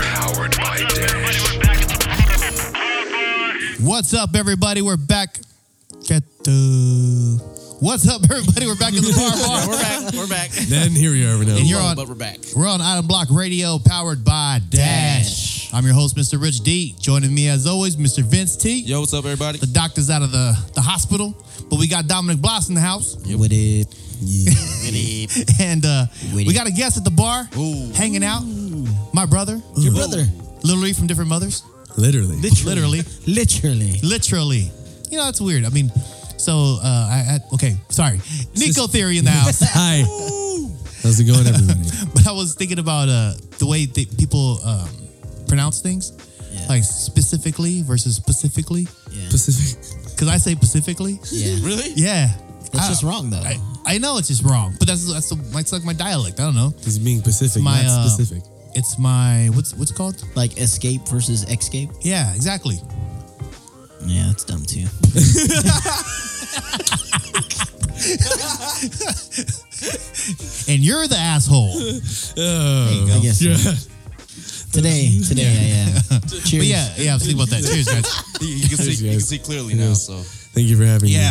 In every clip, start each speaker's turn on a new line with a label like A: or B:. A: covered by Dash.
B: What's up, everybody? We're back at the. What's up, everybody? We're back in the bar. bar.
C: We're back. We're back.
D: Then here you are now.
B: And you're on.
C: But we're back.
B: We're on Item Block Radio, powered by Dash. I'm your host, Mr. Rich D. Joining me, as always, Mr. Vince T.
C: Yo, what's up, everybody?
B: The doctor's out of the, the hospital, but we got Dominic Bloss in the house,
E: With it. Yeah.
B: and uh,
E: With
B: we
E: it.
B: got a guest at the bar, hanging out. My brother,
E: Your brother.
B: literally from different mothers,
D: Literally.
B: literally.
E: Literally.
B: Literally. You know, that's weird. I mean, so, uh, I, I, okay, sorry. Nico Theory in the house.
D: Hi. How's it going, everybody?
B: but I was thinking about uh, the way that people um, pronounce things,
E: Yeah.
B: like specifically versus specifically.
E: Yeah.
D: Pacific.
B: Because I say specifically.
E: yeah.
C: Really?
B: Yeah.
E: That's
B: I-
E: just wrong, though.
B: I, I know it's just wrong, but that's that's, that's like my dialect. I don't know.
D: He's being Pacific,
B: My,
D: not
B: uh,
D: specific.
B: It's my what's what's it called?
E: like escape versus escape.
B: Yeah, exactly.
E: Yeah, that's dumb too.
B: And you're the asshole.
E: I guess
D: Yeah.
E: today, today, yeah, yeah. Cheers.
B: but yeah, yeah, I was thinking about that. Cheers, guys.
C: You, you can see. You can see clearly now. So
D: Thank you for having me.
B: Yeah.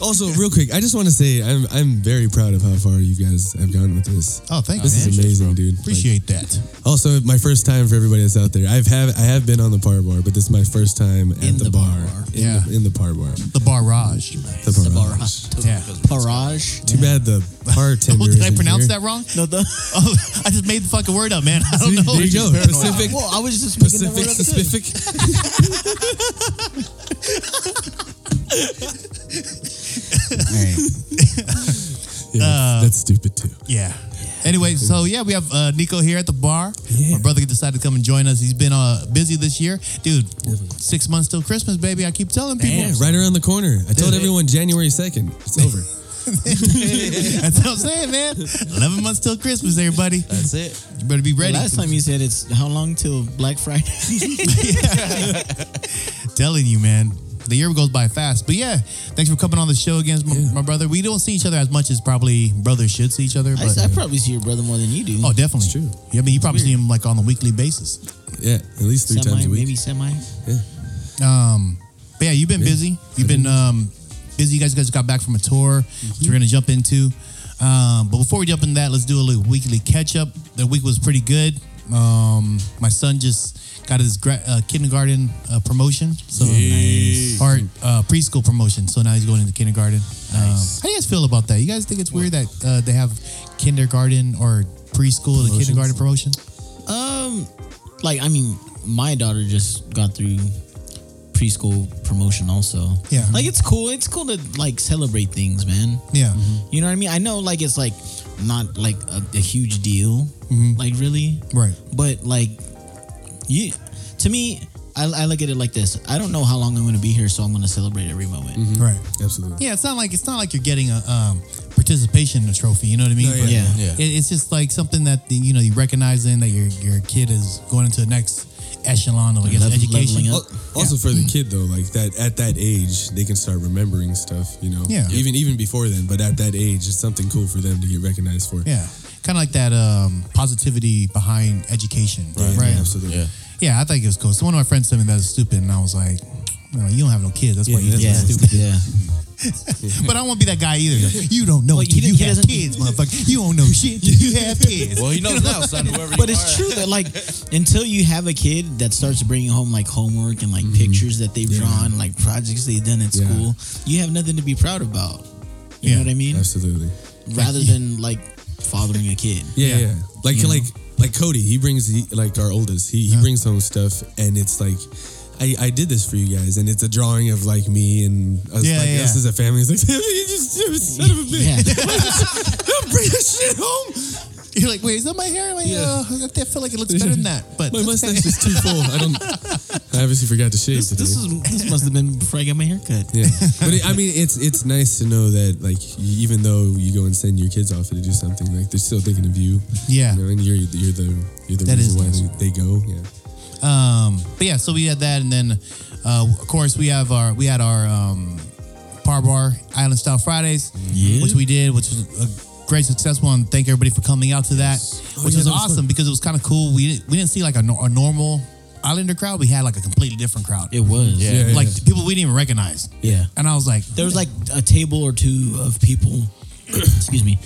D: Also, real quick, I just want to say I'm I'm very proud of how far you guys have gotten with this.
B: Oh, thanks,
D: This
B: man.
D: is amazing, dude. Like,
B: Appreciate that.
D: also, my first time for everybody that's out there. I've have I have been on the par bar, but this is my first time at
E: In
D: the,
E: the
D: bar.
E: bar bar.
D: In
B: Yeah.
D: the, in the par bar.
B: The barrage.
D: The
E: The
D: bar.
E: barrage.
B: Yeah.
E: Barrage.
D: Too bad the
B: Oh,
D: bartender.
B: did I
D: isn't
B: pronounce
D: here.
B: that wrong?
E: No, the
B: Oh, I just made the fucking word up, man. I don't know.
D: There you go. Pacific.
E: Well, I was just making
D: Pacific.
E: the word up, too.
D: Pacific. Yeah,
B: Uh,
D: that's- that's stupid too.
B: Yeah. Anyway, so yeah, we have uh, Nico here at the bar.
D: Yeah.
B: My brother decided to come and join us. He's been uh, busy this year, dude. Six months till Christmas, baby. I keep telling people.
D: Yeah, right around the corner. I told
B: Dude.
D: everyone January 2nd. It's over.
B: That's what I'm saying, man. Eleven months till Christmas, everybody.
C: that's it.
B: You better be ready.
E: Last time you said it's how long till Black Friday?
B: telling you, man. The year goes by fast. But yeah, thanks for coming on the show again, my, my brother. We don't see each other as much as probably brothers should see each other.
E: I,
B: But,
E: I probably see your brother more than you do.
B: oh, definitely.
D: It's true.
B: Yeah, I mean, you probably see him like on a weekly basis.
D: Yeah, at least three
E: semi,
D: times a week.
E: maybe semi.
B: Um, but yeah, you've been busy. You've been um, busy. You guys, guys got back from a tour, which we're gonna jump into. Um, but before we jump into that, let's do a little weekly catch up. The week was pretty good. Um, my son just got his gra- uh, kindergarten uh, promotion, so or uh, preschool promotion. So now he's going into kindergarten. Um, how do you guys feel about that? You guys think it's weird that uh, they have kindergarten or preschool to kindergarten promotion?
E: Um, like I mean, my daughter just got through preschool promotion also.
B: Yeah.
E: Like it's cool. It's cool to like celebrate things, man.
B: Yeah,
E: You know what I mean? I know like it's like not like a, a huge deal. Like really.
B: right.
E: But like you to me I, I look at it like this. I don't know how long I'm going to be here, so I'm going to celebrate every moment.
B: Right.
D: Absolutely.
B: Yeah, it's not like it's not like you're getting a um, participation trophy. You know what I mean?
D: No, yeah,
B: But
E: yeah,
C: yeah.
B: It, it's just like something that the, you know you recognizing that your your kid is going into the next echelon of I guess
E: Level-
B: education.
E: leveling
D: Al-
E: up.
D: Also for the kid though, like that at that age, they can start remembering stuff, you know.
B: Yeah.
D: Even even before then, but at that age, it's something cool for them to get recognized for.
B: Yeah, kind of like that um, positivity behind education.
D: Right.
B: Right.
D: Absolutely.
C: Yeah.
B: Yeah, I think it was cool. So one of my friends said me that was stupid, and I was like, no, you don't have no kids. That's why
D: Yeah,
B: you're
D: that's
E: Yeah.
B: just stupid.
E: Yeah.
B: But I won't be that guy either. You don't know
E: Well,
B: until
E: he
B: you
E: didn't- he
B: have
E: doesn't-
B: kids, motherfucker. You don't know shit till you have kids.
C: Well, he knows now, son. Whoever.
E: But
C: you
E: it's
C: are.
E: true that like until you have a kid that starts bringing home like homework and like pictures that they've drawn, like projects they've done at
D: Yeah.
E: school, you have nothing to be proud about. You
B: Yeah,
E: know what I mean?
D: Absolutely.
E: Rather than like fathering a kid.
D: Yeah, yeah. Like
E: You know?
D: like like Cody, he brings he, like our oldest. He he brings home stuff, and it's like. I, I did this for you guys, and it's a drawing of like me and us,
B: Yeah,
D: like,
B: yeah.
D: us as a family. It's like, you just you son of a bitch.
E: Yeah.
D: Don't bring that shit home.
B: You're like, wait, is that my hair? Like,
D: Yeah.
B: uh, I feel like it looks better than that. But
D: My mustache is too full. I don't. I obviously forgot to shave today.
E: This is this must have been before I got my haircut.
D: yeah, but it, I mean, it's it's nice to know that like y- even though you go and send your kids off to do something, like they're still thinking of you.
B: Yeah.
D: you know, and you're you're the you're the
B: That is
D: reason why
B: nice.
D: they, they go. Yeah,
B: Um, but yeah, so we had that, and then uh, of course we have our we had our um, Par Bar Island Style Fridays,
E: Yeah.
B: which we did, which was a great, successful, and thank everybody for coming out to that,
D: Oh,
B: which
D: yeah,
B: was
D: that was fun.
B: awesome because it was kind of cool. We didn't, we didn't see like a, nor- a normal Islander crowd. We had like a completely different crowd.
E: It was.
D: Yeah.
B: like people we didn't even recognize.
E: Yeah.
B: and I was like,
E: There was like a table or two of people. excuse me,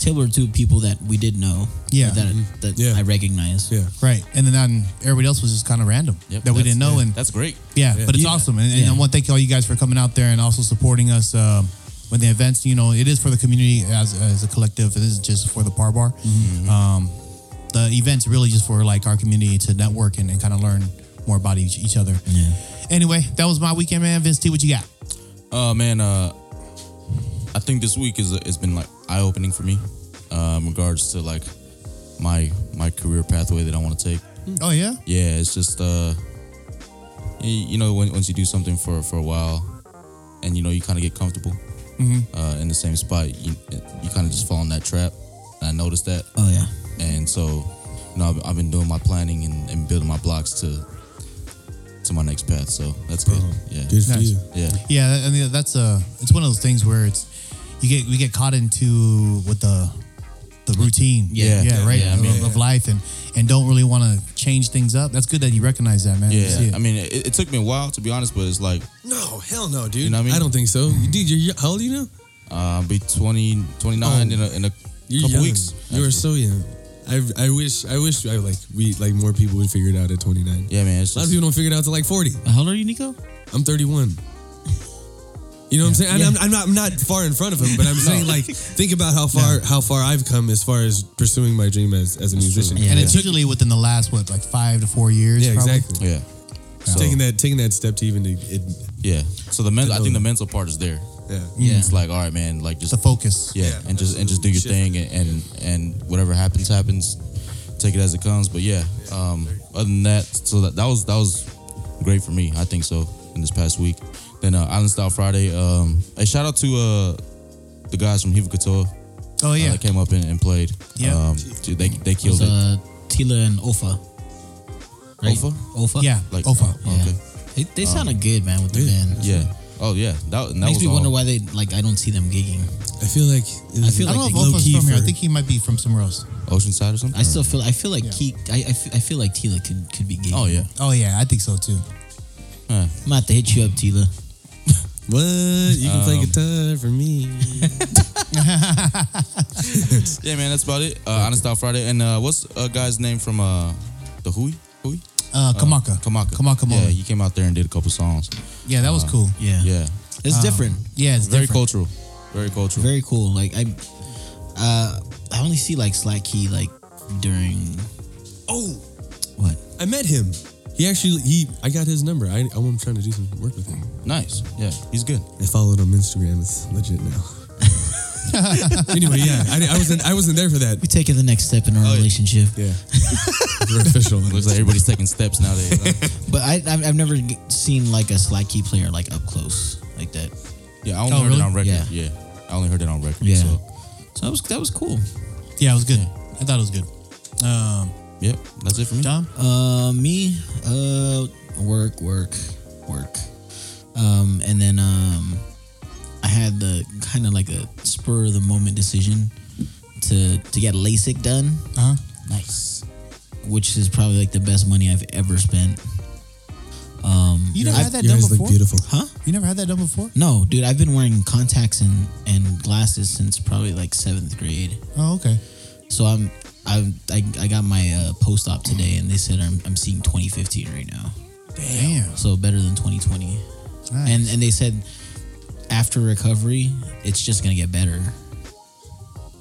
E: table or two of people that we did know.
B: Yeah.
E: That that
D: Yeah.
E: I recognized.
D: Yeah.
B: right, and then um, everybody else was just kind of random
C: Yep,
B: that we
C: that's-
B: didn't know,
C: yeah,
B: and
C: that's great.
B: Yeah,
D: Yeah.
B: but it's
D: Yeah.
B: awesome, and, and
E: Yeah.
B: I want to thank all you guys for coming out there and also supporting us um, when the events. You know, it is for the community as, as a collective. It isn't just for the par bar. Um, the events really just for like our community to network and, and kind of learn more about each, each other.
E: Yeah.
B: Anyway, that was my weekend, man. Vince T, what you got?
C: Oh man, uh, I think this week is has been like eye opening for me, uh, in regards to like my my career pathway that I want to take.
B: Oh yeah,
C: Yeah, it's just uh, y- you know, when, once you do something for for a while, and you know, you kind of get comfortable uh, in the same spot, you you kind of just fall in that trap. And I noticed that,
E: Oh yeah.
C: and so you know, I've, I've been doing my planning and, and building my blocks to to my next path. So that's good. Yeah,
D: Good for
B: Nice.
D: you.
C: yeah.
B: yeah. I mean, that's uh it's one of those things where it's you get we get caught into with the the routine,
C: Yeah.
B: yeah, right,
C: Yeah, I mean-
B: of, of life, and and don't really want to change things up. That's good that you recognize that, man. I see
C: Yeah,
B: it.
C: I mean, it, it took me a while to be honest, but it's like
D: No, hell no, dude.
C: You know what I mean?
D: I don't think so. Dude, you're, y- how old are you now?
C: uh, I'll be 20, 29 in a, in a
D: Oh. You're
C: couple
D: young.
C: weeks.
D: You are
C: actually.
D: so young. I, I wish I wish I like we like more people would figure it out at 29.
C: yeah, man. It's
D: A lot of
C: just,
D: people don't figure it out till like 40.
E: How old are you, Nico?
D: I'm 31. You know what I'm saying? And I'm, I'm not I'm not far in front of him, but I'm saying like think about how far how far I've come as far as pursuing my dream as, as a musician.
E: Yeah.
B: And it's usually within the last what, like five to four years.
D: Yeah,
B: probably?
D: exactly.
C: yeah,
D: Just Taking that taking that step to even to, it,
C: yeah. So the men, I think the mental part is there.
D: yeah.
E: Yeah.
C: It's like, all right, man, like just
B: The focus.
C: yeah,
D: Yeah,
C: and just and just do your
D: absolutely.
C: thing, and, and and whatever happens, happens. Take it as it comes. But yeah, um, other than that, so that, that was that was great for me. I think so in this past week. Then uh, Island Style Friday. Um, a shout out to uh the guys from Hivakatoa.
B: Oh yeah.
C: uh, that came up and, and played.
B: Yeah.
C: um, dude, they they
E: It was
C: killed it.
E: uh, Tila and Ofa.
C: Ofa?
E: Ofa.
B: yeah.
C: like-
B: Like, Ofa.
E: Yeah.
C: Okay.
E: They, they sounded good, man, with the band.
C: Yeah. Oh yeah. That, and that
E: Makes
C: was
E: me
C: all-
E: wonder why they like. I don't see them gigging.
D: I feel like
E: I feel
B: I
E: like
B: don't
E: they
B: know if
E: low
B: Ofa's
E: key
B: from here. I
E: for-
B: think he might be from somewhere else.
C: Oceanside or something.
E: I still feel. I feel like
B: Yeah.
E: Key. I, I, feel, I feel like Tila could could be gigging.
C: Oh yeah.
B: Oh yeah, I think so too.
C: Huh.
E: I'm gonna have to hit you up, Tila.
D: what you can play guitar for me.
C: Yeah, man. That's about it. Uh, Honest Out Friday. And uh, what's a guy's name from uh, the Hui? Hui?
B: Uh, Kamaka.
C: Kamaka.
B: Kamaka
C: Yeah,
B: Mola. Yeah,
C: he came out there and did a couple songs.
B: that was cool.
E: Yeah.
C: Yeah. Um,
E: It's different.
B: Yeah, it's very
C: Very
B: different.
C: cultural. Very cultural.
E: Very cool. Like I, uh, I only see like Slack Key like during
D: Oh,
E: what?
D: I met him. He actually he I got his number. I I'm trying to do some work with him.
C: nice. Yeah. He's good.
D: I followed on Instagram. It's legit now. anyway, yeah, I, I wasn't I wasn't there for that.
E: We taking the next step in our
C: yeah.
E: relationship.
D: Yeah, we're official.
C: Looks like everybody's taking steps nowadays. huh?
E: But I, I've, I've never g- seen like a Slack Key player like up close like that.
C: yeah. I only
B: Oh,
C: heard
B: really?
C: it on record.
E: Yeah.
C: Yeah. I only heard it on record.
E: Yeah.
C: So
E: So that was that was cool.
B: Yeah, it was good. I thought it was good. Um,
C: yep. That's it for me.
B: Dom.
E: Uh, me, uh, work, work, work. Um, and then um, I had the kind of like a spur of the moment decision to to get LASIK done,
B: Uh huh.
E: Nice. which is probably like the best money I've ever spent.
B: You never
D: I-
B: had that
D: your
B: done
D: eyes
B: before.
D: look beautiful.
E: Huh?
B: You never had that done before.
E: No, dude, I've been wearing contacts and and glasses since probably like seventh grade.
B: Oh okay.
E: So I'm. I, I, I got my uh, post op today and they said I'm, I'm seeing 2015 right now.
B: Damn.
E: So better than 2020.
B: Nice.
E: And and they said after recovery, it's just gonna get better.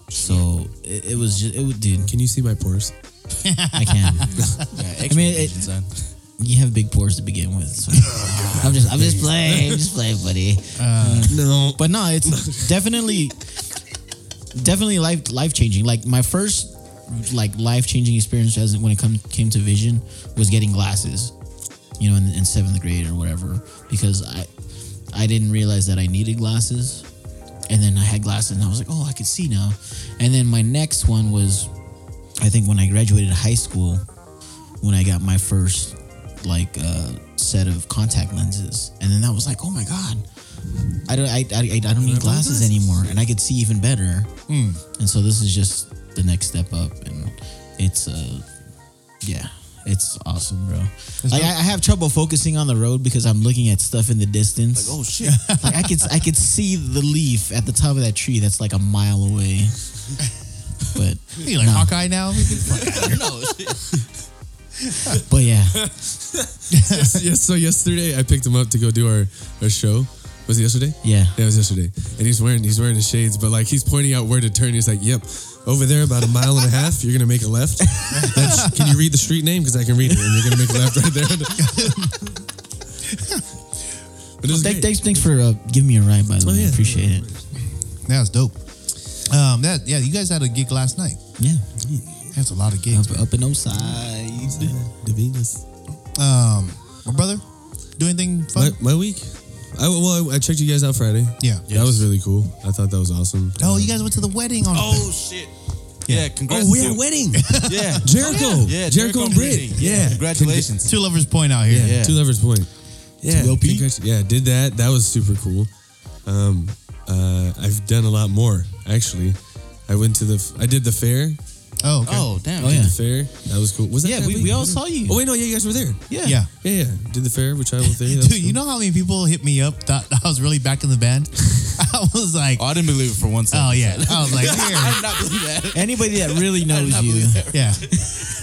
E: So it, it was just it would dude.
D: Can you see my pores?
E: I can.
C: Yeah,
E: I mean, it-
C: expectations, son.
E: you have big pores to begin with. so- I'm just I'm just playing, just playing, buddy.
D: No,
E: But no, it's definitely definitely life life changing. Like my first like life changing experience as when it come came to vision was getting glasses, you know, in, in seventh grade or whatever, because I I didn't realize that I needed glasses, and then I had glasses and I was like, oh, I could see now, and then my next one was, I think when I graduated high school, when I got my first like uh, set of contact lenses, and then that was like, oh my god, I don't I, I, I don't need glasses anymore, and I could see even better.
C: Hmm.
E: And so this is just the next step up, and it's uh, yeah, it's awesome, bro. Like, I, I have trouble focusing on the road because I'm looking at stuff in the distance. Like,
C: Oh shit!
E: I could I could see the leaf at the top of that tree that's like a mile away. But
B: You like Hawkeye now?
C: no,
E: but yeah,
D: yes, so yesterday I picked him up to go do our, our show. Was it yesterday?
E: Yeah.
D: Yeah, it was yesterday. And he's wearing he's wearing his shades, but like he's pointing out where to turn. He's like, "Yep, over there, about a mile and a half. You're gonna make a left. That's, can you read the street name? Because I can read it. And you're gonna make a left right there." But it was
E: Thank-
D: great.
E: thanks thanks for uh, giving me a ride. By the way,
D: yeah.
E: appreciate it.
B: That was dope. Um, that yeah, you guys had a gig last night.
E: Yeah,
B: That's a lot of gigs.
E: up, up in Oside.
D: The Venus.
B: Um, my brother, do anything fun?
D: My, my week. I, well, I, I checked you guys out Friday.
B: Yeah.
D: That was really cool. I thought that was awesome.
B: Oh, you guys went to the wedding on.
C: Oh shit! Yeah, congrats.
D: oh, we had a
C: to-
D: wedding.
C: Yeah,
D: Jericho.
C: yeah,
D: Jericho, and Britt.
C: Brittany.
D: Yeah.
C: congratulations.
B: Two lovers point out here.
D: Yeah,
C: Yeah.
D: Two Lovers Point. Yeah,
E: Two LP?
D: congrats- Yeah, did that. That was super cool. Um, uh, I've done a lot more actually. I went to the. f- I did the fair.
B: Oh, okay.
C: Oh damn!
E: Oh, yeah.
D: The fair. That was cool. Was that?
E: Yeah,
D: that
E: we-
D: week?
E: we all saw you.
D: Oh wait, no, yeah, you guys were there.
E: Yeah.
B: yeah.
D: Yeah, yeah. Did the fair, which I will there.
B: Dude, you know how many people hit me up thought I was really back in the band? I was like,
C: Oh, I didn't believe it for one second.
B: oh yeah. I was like,
C: I
B: here.
C: did not believe that.
E: Anybody that really knows you,
B: yeah.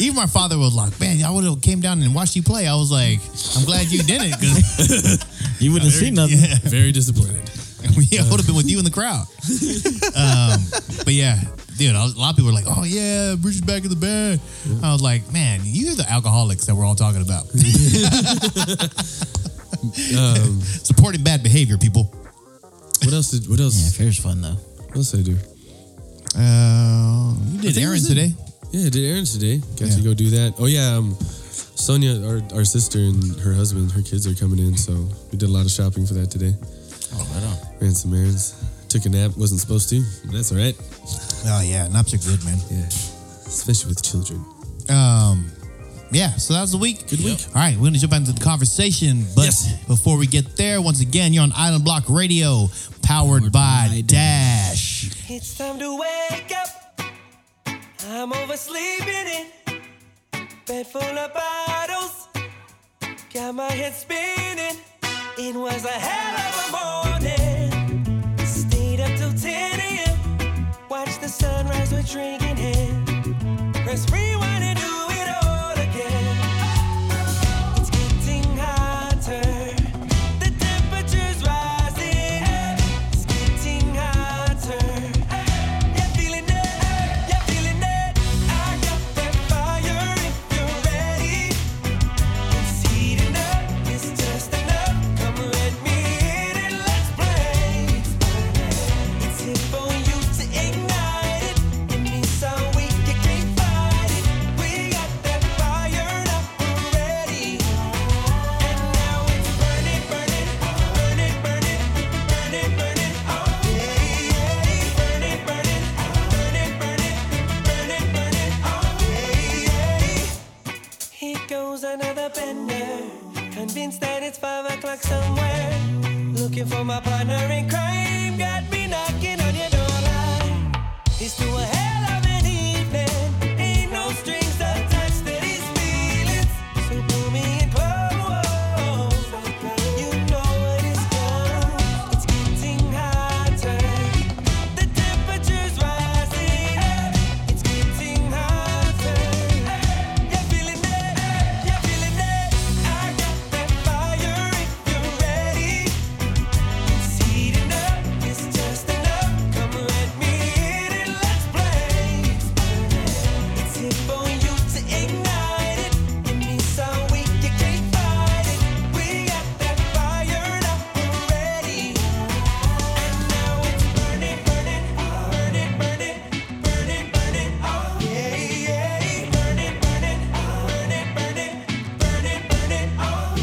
B: Even my father was like, man, I would have came down and watched you play. I was like, I'm glad you didn't because
E: you wouldn't have seen nothing.
B: yeah,
D: Very disappointed.
B: we- I would have been with you in the crowd. Um, but yeah, dude, I was- a lot of people were like, oh yeah, Bridget's back in the band. I was like, man, you're the alcoholics that we're all talking about.
D: Um,
B: Supporting bad behavior, people.
D: what else? Did, what
E: Yeah,
D: else?
E: fair's fun though.
D: What else did I do?
B: Uh, you
D: I
B: did
D: think
B: errands
D: it was
B: today.
D: Yeah, I did errands today. Got
B: Yeah.
D: to go do that. Oh yeah, um, Sonia, our, our sister and her husband, her kids are coming in, so we did a lot of shopping for that today.
C: Oh, right on.
D: Ran some errands. Took a nap. Wasn't supposed to. But that's all right.
B: Oh yeah, naps are good, man.
D: Yeah. Especially with children.
B: Um, yeah, so that was the week. Good
C: week.
B: All right, we're gonna jump into the conversation, but
D: Yes.
B: before we get there, once again, you're on Island Block Radio, powered, by,
E: by
B: Dash.
A: It's time to wake up. I'm oversleeping in bed full of bottles. Got my head spinning. It was a hell of a morning. Stayed up till 10 a.m. Watched the sunrise with drink in hand. Press rewind and do it all again. It's getting hotter. The temperature's rising. It's getting hotter. You're feeling it. You're feeling it. I got that fire if you're ready. It's heating up. It's just enough. Come let me in and let's play. It's here for you to ignite it. Give me some weak. You can't fight it. We got that fire up. We're ready. And now it's burning, burning, burning, burning, burning, burning. Oh yeah, burning, burning, burning, burning, burning, burning. Oh yeah. Here goes another bender. Convinced that it's five o'clock somewhere. Looking for my partner in crime. Got me knocking on your door line. It's to a hell of an evening. Ain't no strings attached to these feelings. So pull me in close. You know what it's done. It's getting hotter. The temperature's rising. It's getting hotter. You're feeling it, you're feeling it. I got that fire if you're ready. It's heating up, it's just enough. Come let me in and let's play.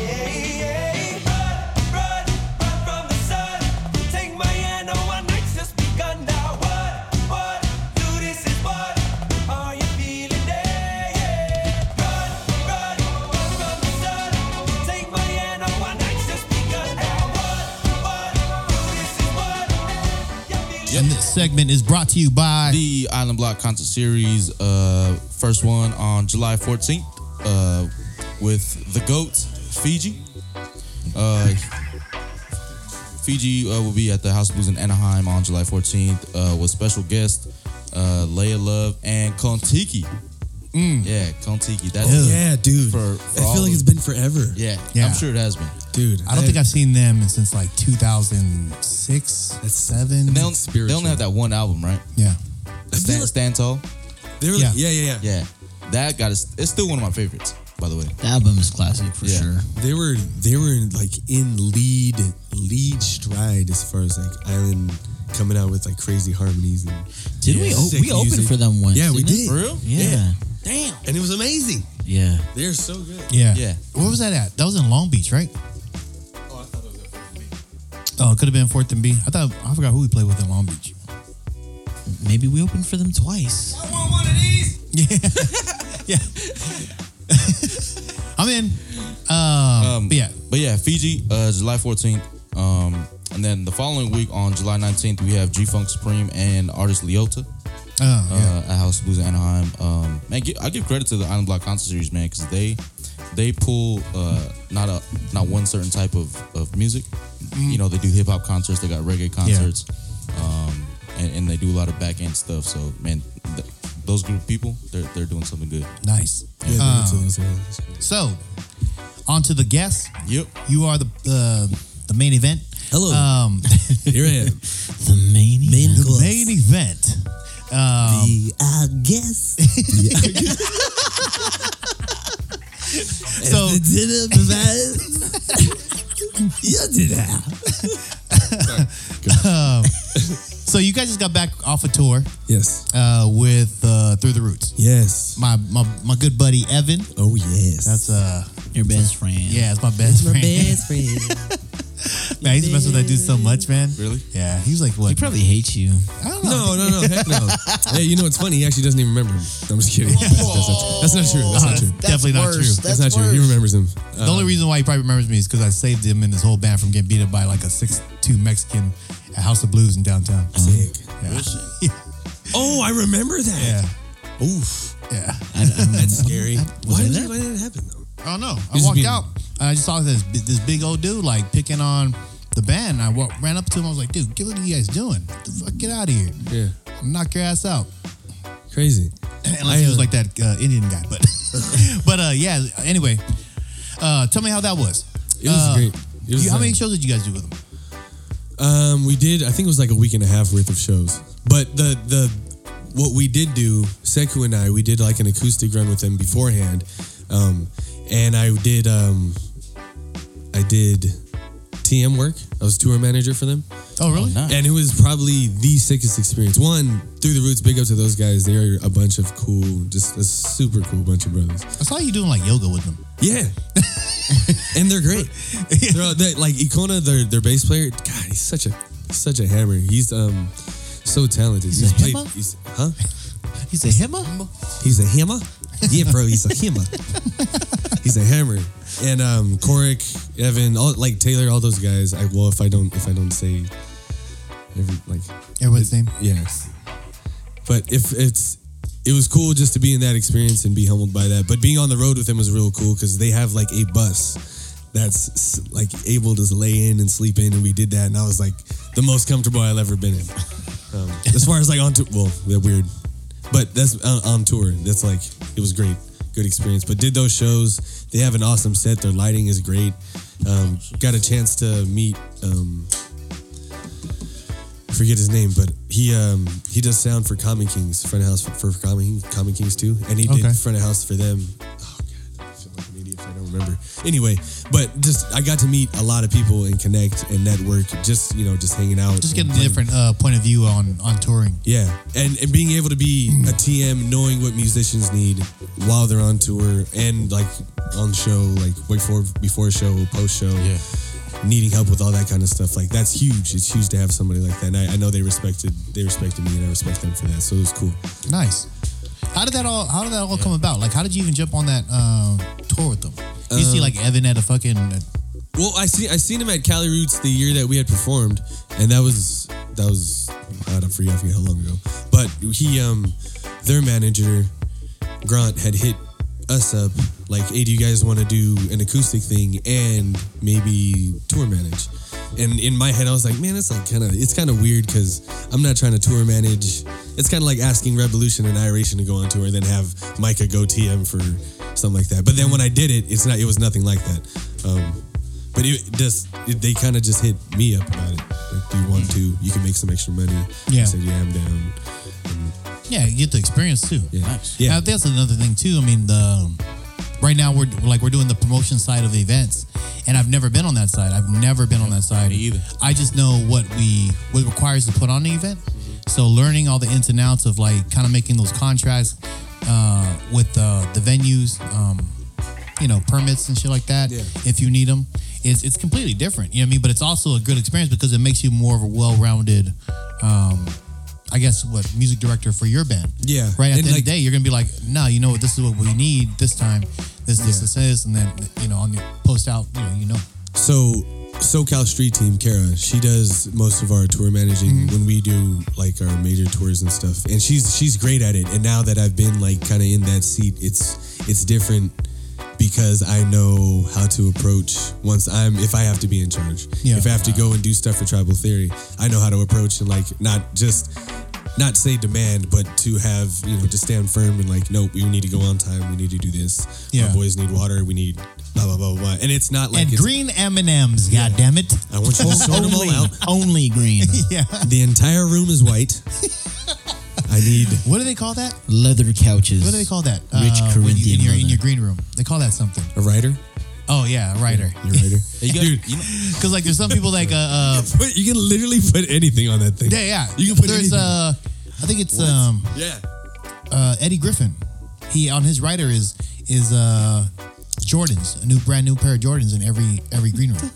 A: oh,
B: And this segment is brought to you by
C: the Island Block concert series. Uh, first one on July 14th uh, with the Goats, Fiji. Uh, Fiji uh, will be at the House of Blues in Anaheim on July 14th uh, with special guests uh, Leia Love and Kontiki. Yeah, Kontiki. That's
B: Ew.
D: Mm. Yeah, dude.
C: For- for
D: I
C: all
D: feel like
C: of-
D: it's been forever.
C: yeah,
B: Yeah.
C: I'm sure it has been.
D: Dude.
B: I don't think I've seen them since like 2006,
D: That's-
B: seven.
C: They, only-
D: spiritual.
C: they only have that one album, right?
B: Yeah,
C: Stand,
D: like-
C: Stand Tall.
D: They were
B: Yeah.
D: like, yeah, yeah, yeah.
C: Yeah, that got us. It's still one of my favorites, by the way.
E: The album is classic for
C: Yeah.
E: sure.
D: They were they were like in lead lead stride as far as like Island coming out with like crazy harmonies and
E: Did we?
D: Yeah.
E: Oh,
D: Sick
E: we opened
D: music.
E: for them once.
D: Yeah, we
E: didn't
D: did.
E: it?
C: For real?
E: Yeah.
D: Damn. And it was amazing.
E: yeah,
D: They're so good.
B: yeah,
C: Yeah.
B: Where was that at? That was in Long Beach, right? Oh, it could have been Fourth and B. I thought I forgot who we played with in Long Beach.
E: Maybe we opened for them twice.
A: I want one of these.
B: I'm in.
C: Um,
B: But yeah,
C: But yeah, Fiji, uh, July 14th. Um, and then the following week on July 19th, we have G Funk Supreme and artist Leota
B: uh,
C: uh,
B: yeah.
C: at House of Blues in Anaheim. Um, man, gi- I give credit to the Island Block Concert Series, man, because they they pull uh, not a not one certain type of, of music. You know, they do hip hop concerts, they got reggae concerts, um, and, and they do a lot of back end stuff. So, man, th- those group of people, they're, they're doing something good.
B: nice.
D: Yeah,
E: Uh,
B: Um,
D: they were so- so good.
B: So, on to the guests.
C: Yep.
B: You are the uh, the main event.
D: Hello.
B: Um,
D: Uh, Here I am.
E: The main event.
B: the main event.
E: Um,
D: the I guess.
B: So
D: dinner provides. you did that.
B: so you guys just got back off a tour
D: Yes.
B: uh, with uh, Through the Roots.
D: Yes.
B: My my my good buddy Evan.
D: Oh yes.
B: That's uh
E: Your best friend.
B: yeah, it's my best friend.
D: friend.
B: man, I used to mess with that dude so much, man.
C: Really?
B: Yeah, he was like what?
E: He probably hates you.
B: I don't know.
D: no, no, no, heck no. hey, you know what's funny? He actually doesn't even remember him. I'm just kidding. That's, that's not true. That's not true. That's not true.
B: definitely not true.
D: That's, not true. He remembers him. Uh,
B: the only reason why he probably remembers me is because I saved him and his whole band from getting beat up by like a six two Mexican at House of Blues in downtown. Yeah.
D: oh, I remember that.
B: yeah,
D: Oof.
B: yeah.
D: That's scary. Why
E: it
D: did,
E: there?
D: you, why did it happen though?
B: I don't know. I
D: He's
B: walked
D: being-
B: out. And I just saw this this big old dude like picking on the band. I wa- ran up to him. I was like, dude, get what are you guys doing? Get the fuck, get out of here.
D: Yeah.
B: Knock your ass out.
D: Crazy.
B: Unless he was like that uh, Indian guy, but but uh, yeah. Anyway, uh, tell me how that was.
D: It was
B: Uh,
D: great. It was
B: you- how many
D: like-
B: shows did you guys do with him?
D: Um, we did. I think it was like a week and a half worth of shows. But the the what we did do, Seku and I, we did like an acoustic run with them beforehand, um, and I did um, I did TM work. I was tour manager for them.
B: Oh, really?
C: nice.
D: And it was probably the sickest experience. One, through the roots, big up to those guys. They are a bunch of cool, just a super cool bunch of brothers.
B: I saw you doing like yoga with them.
D: Yeah. and they're great. They're all- they're- like Ikona, their their bass player, God, he's such a such a hammer. He's um so talented. He's,
E: a hammer?
D: he's huh?
E: He's a himmer.
D: He's a hammer? Yeah, bro, he's a hammer. he's a hammer. And um Corrick, Evan, all like Taylor, all those guys. I well if I don't if I don't say every like
B: Everyone's name.
D: Yes. But if it's it was cool just to be in that experience and be humbled by that. But being on the road with them was real cool because they have like a bus that's s- like able to lay in and sleep in, and we did that, and I was like the most comfortable I've ever been in. Um, as far as like on tour, well, they're weird, but that's on, on tour. That's like it was great, good experience. But did those shows? They have an awesome set. Their lighting is great. Um, got a chance to meet um, I forget his name, but he um he does sound for Common Kings, front of house for, for Common, Common Kings too, and he
B: Okay.
D: did front of house for them. Oh god, I feel like an idiot if I don't remember. Anyway, but just I got to meet a lot of people and connect and network. Just you know, just hanging out.
B: Just
D: and
B: getting a
D: playing.
B: different uh, point of view on on touring.
D: Yeah, and and being able to be a TM, knowing what musicians need while they're on tour and like on show, like before before show, post show,
C: Yeah.
D: needing help with all that kind of stuff. Like that's huge. It's huge to have somebody like that. And I, I know they respected they respected me, and I respect them for that. So it was cool.
B: Nice. How did that all? How did that all come about? Like, how did you even jump on that uh, tour with them? You see, like Evan at a fucking. uh,
D: Well, I see I seen him at Cali Roots the year that we had performed, and that was that was God, I forget, I forget how long ago. But he, um, their manager, Grant, had hit us up like, "Hey, do you guys want to do an acoustic thing and maybe tour manage?" And in my head, I was like, "Man, it's like kind of it's kind of weird because I'm not trying to tour manage. It's kind of like asking Revolution and Iration to go on tour and then have Micah go TM for something like that." But then when I did it, it's not it was nothing like that. Um, but it just it, they kind of just hit me up about it. Like, do you want to? You can make some extra money.
B: Hmm. Yeah.
D: I said, yeah, I'm down.
B: Yeah, you get the experience too.
D: Yeah. Nice. Yeah.
B: Now, that's another thing too. I mean, the right now we're like we're doing the promotion side of the events, and I've never been on that side. I've never been on that side
C: me either.
B: I just know what we what it requires to put on the event.
D: Mm-hmm.
B: So learning all the ins and outs of like kind of making those contracts uh, with uh, the venues, um, you know, permits and shit like that.
D: Yeah.
B: If you need them, it's it's completely different. You know what I mean? But it's also a good experience because it makes you more of a well-rounded. Um, I guess what music director for your band.
D: Yeah.
B: Right at
D: And,
B: the end
D: like-
B: of the day, you're gonna be like, no, you know what? This is what we need this time. This, this,
D: Yeah.
B: this, this, and then you know, on the post out, you know, you know.
D: So SoCal Street Team, Kara, she does most of our tour managing
B: Mm-hmm.
D: when we do like our major tours and stuff, and she's she's great at it. And now that I've been like kind of in that seat, it's it's different because I know how to approach once I'm if I have to be in charge.
B: Yeah.
D: If I have to go and do stuff for Tribal Theory, I know how to approach and like not just not say demand, but to have you know just stand firm and like nope, we need to go on time, we need to do this.
B: Yeah.
D: Our boys need water, we need blah blah blah blah. blah. And it's not like
B: and
D: it's,
B: green M and M's. God damn it!
D: I want you to sort them all
E: Only,
D: out.
E: only green.
B: Yeah.
D: The entire room is white. I need.
B: What do they call that?
E: Leather couches.
B: What do they call that? Uh,
E: Rich
B: when you, in
E: Corinthian
B: your in
E: leather.
B: your green room. They call that something.
D: A writer?
B: Oh yeah, a writer.
D: Your writer?
C: Hey, you guys- you know-
B: Because like there's some people like uh, uh
D: But you can literally put anything on that thing.
B: yeah yeah
D: You can put
B: there's
D: anything.
B: uh I think it's um
D: yeah.
B: uh Eddie Griffin. He on his writer is is uh Jordans, a new brand new pair of Jordans in every every green room.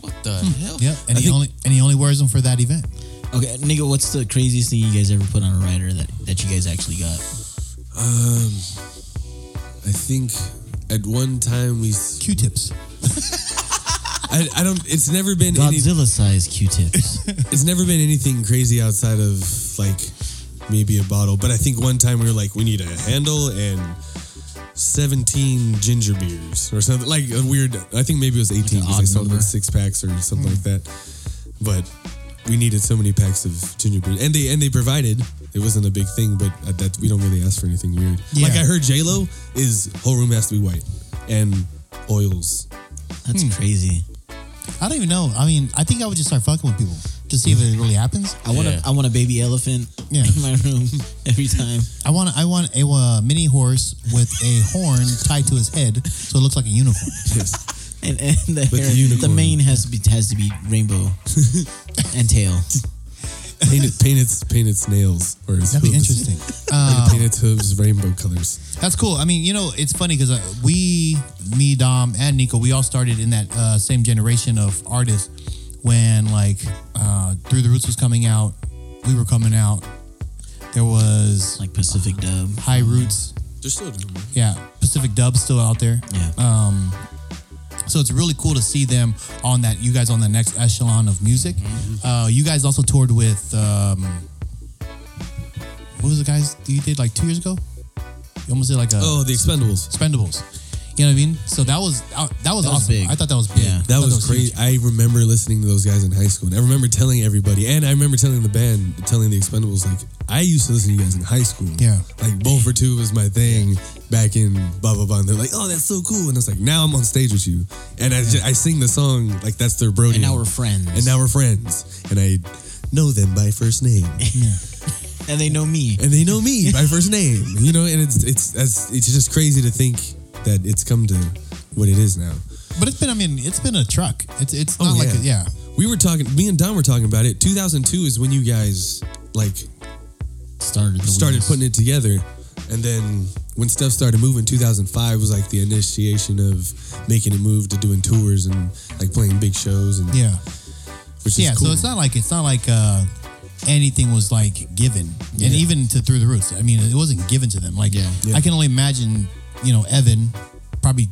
C: what the hell?
B: Yep, and
E: I
B: he
E: think-
B: only and he only wears them for that event.
E: Okay, nigga, what's the craziest thing you guys ever put on a rider that, that you guys actually got?
D: I think at one time we. s-
B: Q-tips.
D: I, I don't. It's never been. Any,
E: Godzilla sized Q-tips.
D: it's never been anything crazy outside of like maybe a bottle. But I think one time we were like, we need a handle and. 17 ginger beers or something like a weird I think maybe it was 18 because
E: odd
D: they sold them in
E: number. Hmm.
D: six packs or something like that but we needed so many packs of ginger beer, and they and they provided. It wasn't a big thing, but at that we don't really ask for anything weird.
B: Yeah.
D: Like I heard, J Lo is whole room has to be white and oils.
E: That's crazy.
B: I don't even know. I mean, I think I would just start fucking with people to see if it really happens.
E: I want
C: Yeah.
E: to. I want a baby elephant
B: Yeah.
E: in my room every time.
B: I want I want a uh, mini horse with a horn tied to his head, so it looks like a unicorn.
E: And, and the,
D: the
E: hair- the,
D: unicorn.
E: mane has to be has to be rainbow and tail.
D: Paint it, paint its paint its nails or its
B: That'd be
D: hooves.
B: interesting. Um,
D: Like, paint its hooves rainbow colors.
B: That's cool. I mean, you know, it's funny because uh, we, me, Dom, and Nico, we all started in that uh, same generation of artists when, like, uh, Through the Roots was coming out, we were coming out. There was
E: Like Pacific Dub.
B: High Roots.
D: They're still doing it.
B: Yeah, Pacific Dub's still out there.
E: Yeah.
B: So it's really cool to see them on that. You guys on the next echelon of music. Uh, you guys also toured with um, what was the guys that you did like two years ago? You almost did like a
D: Oh, the Expendables.
B: Expendables. You know what I mean? So that was uh, that was
E: That was
B: awesome.
E: big.
B: I thought that was big.
E: Yeah.
B: I
D: That
B: thought
D: was, crazy.
B: huge.
D: I remember listening to those guys in high school, and I remember telling everybody, and I remember telling the band, telling the Expendables, like I used to listen to you guys in high school.
B: Yeah.
D: like both for two was my thing back in blah blah blah. And they're like, oh, that's so cool, and I was like, now I'm on stage with you, and I, ju- I sing the song like that's their Brody.
E: and now we're friends.
D: and now we're friends, and I know them by first name,
E: and they know me.
D: and they know me by first name. You know, and it's it's that's it's just crazy to think that it's come to what it is now.
B: But it's been. I mean, it's been a truck. It's it's not
D: Oh,
B: like a,
D: yeah.
B: yeah.
D: We were talking. Me and Don were talking about it. 2002 is when you guys like
E: Started the
D: started
E: wheels.
D: putting it together, and then when stuff started moving, 2005 was like the initiation of making it move to doing tours and like playing big shows and
B: Yeah.
D: which is
B: Yeah.
D: cool.
B: So it's not like it's not like uh, anything was like given, and even to through the roots. I mean, it wasn't given to them. Like
E: Yeah.
D: Yeah.
B: I can only imagine. You know, Evan probably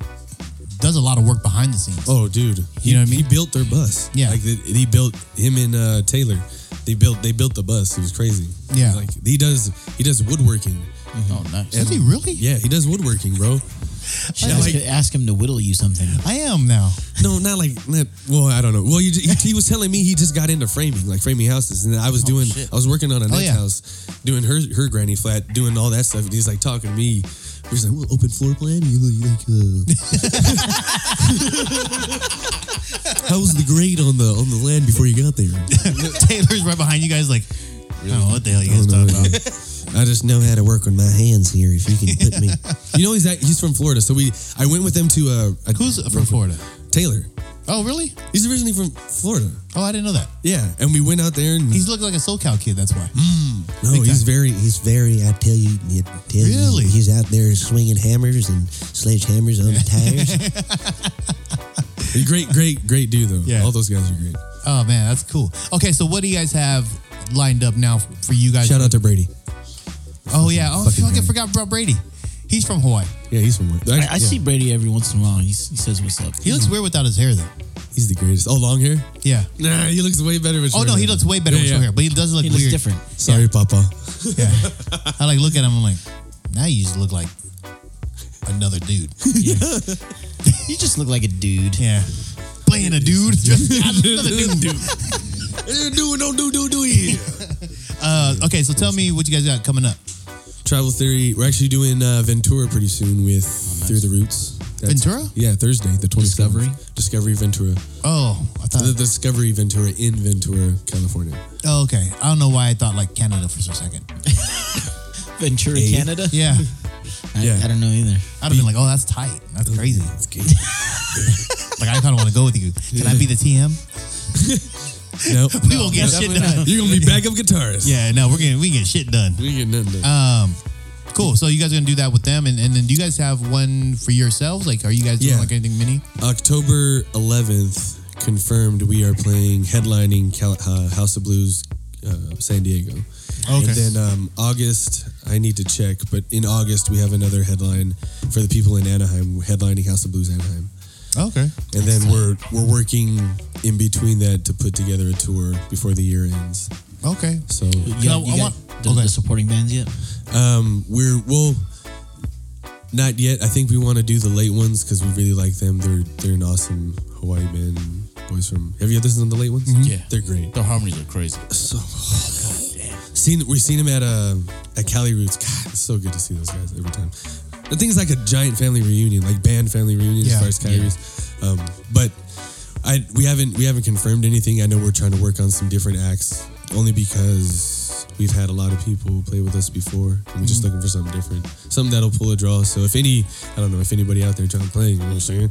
B: does a lot of work behind the scenes.
D: Oh, dude,
B: You know what I
D: He-
B: mean?
D: He built their bus.
B: Yeah.
D: like the, he built him and uh, Taylor. They built they built the bus. It was crazy.
B: Yeah.
D: like he does he does woodworking.
C: Oh, nice.
B: Does he really?
D: Yeah, he does woodworking, bro.
E: Should ask, ask him to whittle you something.
B: I am now.
D: No, not like not, well, I don't know. Well, you, he, he was telling me he just got into framing, like framing houses, and I was doing, I was working on a
B: Oh,
D: next
B: yeah.
D: house, doing her her granny flat, doing all that stuff, and he's like talking to me. He's like, well, open floor plan. You look like, uh, how was the grade on the on the land before you got there?
B: Taylor's right behind you guys, like, I don't know what the hell you guys
D: I don't
B: talking
D: know.
B: about.
D: I just know how to work with my hands here. If you can put me, you know, he's at, he's from Florida, so we I went with him to uh, a
B: Who's from Florida?
D: Taylor.
B: Oh, really?
D: He's originally from Florida.
B: Oh, I didn't know that.
D: Yeah, and we went out there and
B: He's looked like a SoCal kid. That's why.
D: Mm. No,
B: Big
D: he's
B: time.
D: very.
F: He's very, I tell you, I tell
B: Really?
F: you, he's out there swinging hammers and sledgehammers on the tires.
D: He's great, great, great dude though.
B: Yeah.
D: all those guys are great.
B: Oh man, that's cool. Okay, so what do you guys have lined up now for for you guys?
D: Shout out to Brady.
B: Oh yeah. Oh,
D: fucking
B: fuck, I
D: Brady.
B: forgot about Brady. He's from Hawaii.
D: Yeah, he's from.
E: I, I see Brady every once in a while. and He, s- he says, "What's up?"
B: He looks
D: Mm-hmm.
B: weird without his hair though.
D: He's the greatest. Oh, long hair?
B: Yeah.
D: Nah, he looks way better with.
B: Oh
D: short
B: no,
D: hair.
B: he looks way better
D: Yeah,
B: with
D: yeah.
B: short hair, but he does look
E: He
B: weird.
E: looks different.
D: Sorry, Papa.
B: Yeah. I like look at him. I'm like, now you just look like another dude.
E: You just look like a dude.
B: Yeah. Playing a dude. Just another dude.
D: Dude, don't do, do, do it.
B: Uh, okay, so tell me what you guys got coming up.
D: Travel theory. We're actually doing uh, Ventura pretty soon with Through the Roots. That's-
B: Ventura?
D: Yeah, Thursday, the 27th.
E: Discovery?
D: Discovery Ventura.
B: Oh, I thought.
D: The Discovery Ventura in Ventura, California.
B: Oh, okay. I don't know why I thought like Canada for a second.
E: Ventura, Canada.
B: Yeah.
E: I,
D: Yeah.
E: I don't know either.
B: I'd have been like, oh, that's tight. That's crazy. like, I kind of want to go with you. Can I be the TM?
D: No,
B: We won't get shit done.
D: You're gonna be backup guitarist.
B: Yeah, no, we're getting we get shit done.
D: we ain't getting nothing. done.
B: Um, cool. So you guys are gonna do that with them, and, and then do you guys have one for yourselves? Like, are you guys doing
D: Yeah.
B: like anything mini?
D: October 11th confirmed we are playing headlining Cal- uh, House of Blues uh, San Diego.
B: Okay.
D: And then um, August, I need to check, but in August we have another headline for the people in Anaheim, We're headlining House of Blues Anaheim.
B: Okay.
D: And then we're we're working in between that to put together a tour before the year ends.
B: Okay.
D: So
E: You,
B: No,
E: you
B: I
E: got
B: want-
E: the,
B: okay.
E: the supporting bands yet?
D: um, we're well, not yet. I think we want to do the late ones because we really like them. They're they're an awesome Hawaii band. Boys from have you ever listened to the late ones?
B: Mm-hmm.
C: Yeah.
D: they're great.
C: Their harmonies are crazy. Oh,
D: Seen we've seen them at uh at Cali Roots. God, it's so good to see those guys every time. The thing's like a giant family reunion, like band family reunion
B: Yeah.
D: as far as Cali
E: Yeah.
D: Roots. Um, but I we haven't we haven't confirmed anything. I know we're trying to work on some different acts only because we've had a lot of people play with us before. And we're just
E: Mm-hmm.
D: looking for something different, something that'll pull a draw. So if any, I don't know if anybody out there trying to play, you know what I'm saying?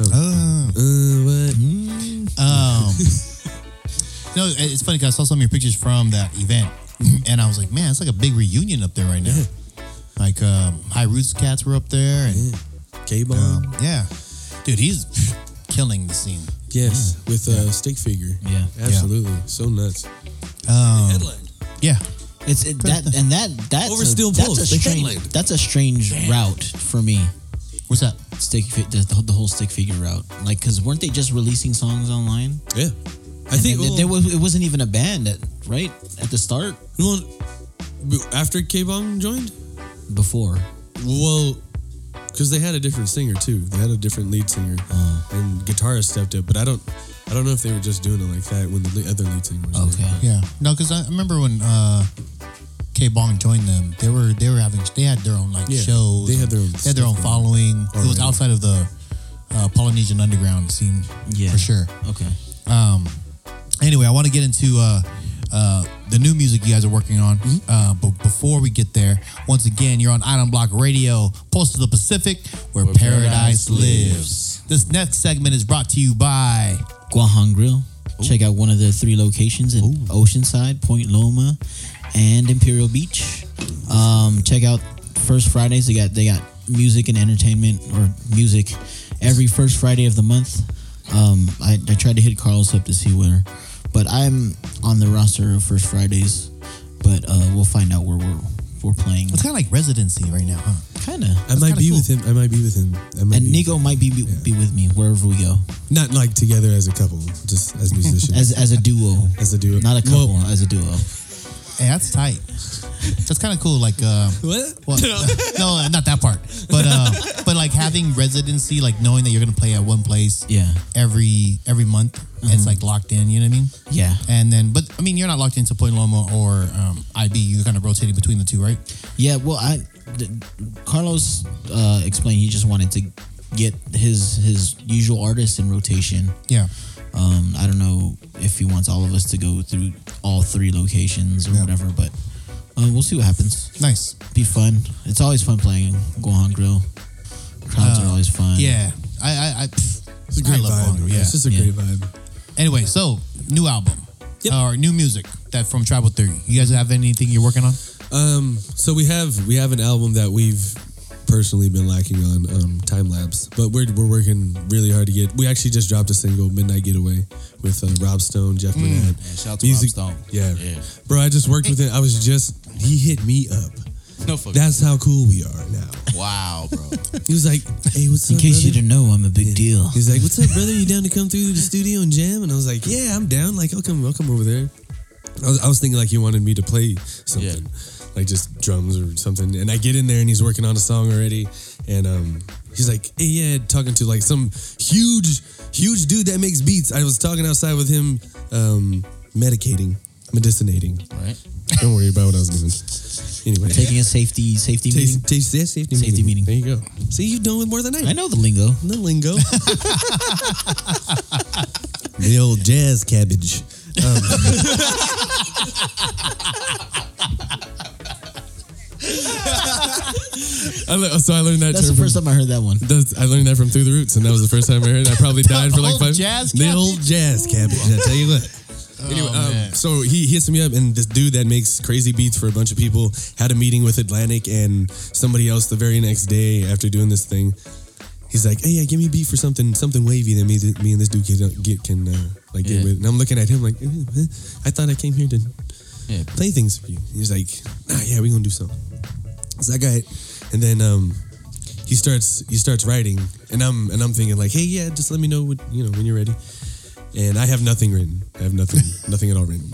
B: Uh,
D: Uh, what?
B: um. no, it- it's funny because I saw some of your pictures from that event, and I was like, man, it's like a big reunion up there right now. Like, um, High Roots Cats were up there, and
D: K bomb?
B: um, yeah, dude, he's killing the scene.
D: yes, with a stick figure.
E: Yeah. Um,
D: absolutely. So nuts. Headline.
B: Yeah.
E: It's it, that and that that's
D: Over
E: a,
D: Steel
E: that's
D: Post,
E: a
D: they
E: strange
D: headlined.
E: that's a strange route for me.
B: What's that?
E: Stick fi- the, the whole stick figure route, like because weren't they just releasing songs online?
D: Yeah. I
E: And
D: think
E: then
D: well,
E: there was it wasn't even a band at, right at the start
D: well, b- after K Bomb joined,
E: before.
D: well, because they had a different singer too. They had a different lead singer, and guitarist stepped up. But I don't, I don't know if they were just doing it like that when the le- other lead singer was there.
E: Okay.
B: Yeah. No, because I remember when uh, K Bong joined them, they were they were having they had their own like
D: Yeah,
B: shows.
D: they had their own
B: they had their own
D: stuff
B: following. It was
D: already.
B: outside of the uh, Polynesian underground scene
E: Yeah.
B: for sure.
E: Okay.
B: Um, anyway, I want to get into uh, uh, the new music you guys are working on. Uh, but before we get there, once again, you're on Item Block Radio, Pulse to the Pacific, where, paradise,
E: paradise
B: lives.
E: lives.
B: This next segment is brought to you by.
E: Guahang Grill. Check out one of their three locations in Oceanside, Point Loma, and Imperial Beach. Um, check out First Fridays. They got they got music and entertainment or music every first Friday of the month. Um, I, I tried to hit Carlos up to see where, but I'm on the roster of First Fridays. But uh, we'll find out where we're for playing.
B: It's kind of like residency right now, huh?
E: Kind of.
D: I might
B: kinda
D: be
B: cool.
D: with him. I might be with him. I might
E: And
D: be-
E: Nico might be be, be with me wherever we go
D: not like together as a couple, just as musicians,
E: as as a duo,
D: as a duo.
E: not a couple,
D: Well,
E: as a duo.
B: Hey, that's tight. That's kind of cool. Like, uh,
D: what?
B: well, no, not that part. But uh, but like having residency, like knowing that you're gonna play at one place,
E: Yeah.
B: every every month. and It's like locked in. You know what I mean?
E: Yeah.
B: And then, but I mean, you're not locked into Point Loma or um, IB. You're kind of rotating between the two, right?
E: Yeah, well, I th- Carlos uh, explained he just wanted to get his his usual artists in rotation.
B: Yeah.
E: Um, I don't know if he wants all of us to go through all three locations or whatever, but uh, we'll see what happens.
B: Nice.
E: Be fun. It's always fun playing Gohan Grill. Crowds are always fun.
B: Yeah. I I, I pff,
D: It's a great
B: I love
D: vibe.
B: Bongo, yeah.
D: It's just a
E: Yeah.
D: great vibe.
B: Anyway, so new album
D: Yep.
B: or new music that from Tribal Theory. You guys have anything you're working on?
D: Um, so we have we have an album that we've personally been lacking on um, time lapse, but we're we're working really hard to get. We actually just dropped a single, "Midnight Getaway," with uh, Rob Stone, Jeff Burnett.
C: Yeah, shout out to Rob Stone.
D: Yeah.
C: Yeah.
D: bro, I just worked with him. I was just he hit me up.
C: No fuck.
D: That's how cool we are now.
C: wow, bro.
D: He was like, "Hey, what's
E: In
D: up,
E: case you
D: brother?"
E: didn't know, I'm a big deal.
D: He's like, "What's up, brother? You down to come through the studio and jam?" And I was like, "Yeah, I'm down. Like, I'll come. I'll come over there." I was, I was thinking like he wanted me to play something, like just drums or something. And I get in there and he's working on a song already, and um, he's like, "Hey, yeah," talking to like some huge, huge dude that makes beats. I was talking outside with him, um, medicating, medicinating.
C: Right?
D: Don't worry about what I was doing. Anyway,
E: Taking a safety safety meeting.
D: taste, taste, yeah, safety,
E: Safety meeting.
D: There you go. See, you know it more than I. do.
E: I know the lingo.
D: The lingo.
F: The old jazz cabbage. Um,
D: I le- so I learned that
E: That's
D: term
E: the
D: from
E: first time I heard that one.
D: That's, I learned that from Through the Roots, and that was the first time I heard it. I probably died for like
B: old
D: five.
B: jazz
D: the
B: cabbage.
D: old jazz cabbage. I tell you what.
C: Oh,
D: Anyway, um,
B: man.
D: so he hits me up, and this dude that makes crazy beats for a bunch of people had a meeting with Atlantic and somebody else the very next day after doing this thing. He's like, "Hey, yeah, give me a beat for something, something wavy that me, me and this dude can get can uh, like get
C: Yeah.
D: with." And I'm looking at him like, eh, eh, "I thought I came here to
C: Yeah.
D: play things for you. He's like, ah, yeah, we gonna do something. So I got it. And then um, he starts he starts writing, and I'm and I'm thinking like, hey, yeah, just let me know what you know when you're ready. And I have nothing written. I have nothing nothing at all written.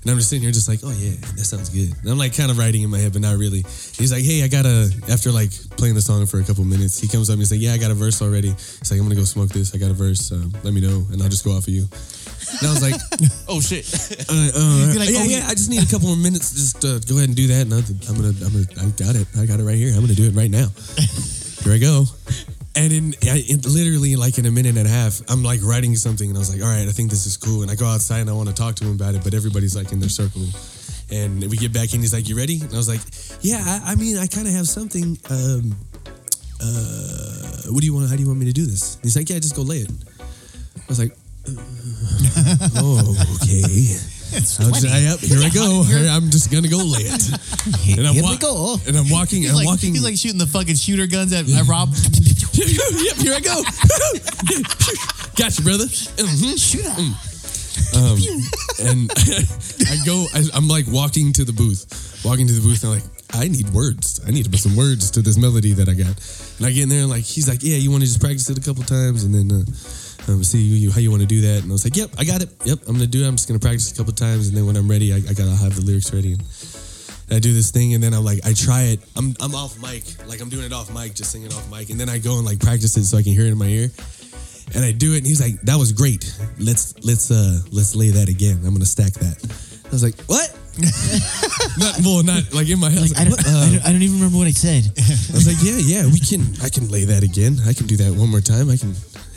D: And I'm just sitting here just like, oh yeah, that sounds good. And I'm like kind of writing in my head, but not really. He's like, hey, I gotta after like playing the song for a couple minutes, he comes up and he's like, yeah, I got a verse already. He's like, I'm gonna go smoke this. I got a verse. Um, let me know, and I'll just go off of you. And I was like,
C: Oh shit.
D: uh, uh,
B: be like,
D: yeah,
B: oh,
D: yeah, I just need a couple more minutes. to Just uh, go ahead and do that, and I'll, I'm gonna, I'm gonna, I got it. I got it right here. I'm gonna do it right now. here I go. And in, I, in literally like in a minute and a half, I'm like writing something, and I was like, all right, I think this is cool. And I go outside and I want to talk to him about it, but everybody's like in their circle. And we get back in. He's like, you ready? And I was like, yeah. I, I mean, I kind of have something. Um, uh, what do you want? How do you want me to do this? And he's like, yeah, just go lay it. I was like, oh, okay. I'll just- I- yep, here I go. Here, I'm just gonna go lay it. And I'm,
E: Here
D: wa-
E: we go.
D: and I'm walking.
B: He's
D: I'm
B: like
D: walking.
B: he's like shooting the fucking shooter guns at, at Rob.
D: yep, here I go. gotcha, brother. Mhm. Um, and I go. I, I'm like walking to the booth, walking to the booth. And I'm like, I need words. I need to put some words to this melody that I got. And I get in there and like, he's like, yeah, you want to just practice it a couple times and then. Uh, um, see you, you, how you want to do that, and I was like, "Yep, I got it. Yep, I'm gonna do it. I'm just gonna practice a couple times, and then when I'm ready, I, I gotta have the lyrics ready." And I do this thing and then I'm like, I try it. I'm I'm off mic. Like I'm doing it off mic, just singing off mic. And then I go and like practice it so I can hear it in my ear. And I do it and he's like, that was great. Let's let's uh let's lay that again. I'm gonna stack that. I was like, what? not well, not like in my head. I was
E: I
D: like,
E: don't,
D: "What?" Uh,
E: I, don't, I don't even remember what I said.
D: I was like, yeah, yeah, we can. I can lay that again. I can do that one more time. I can,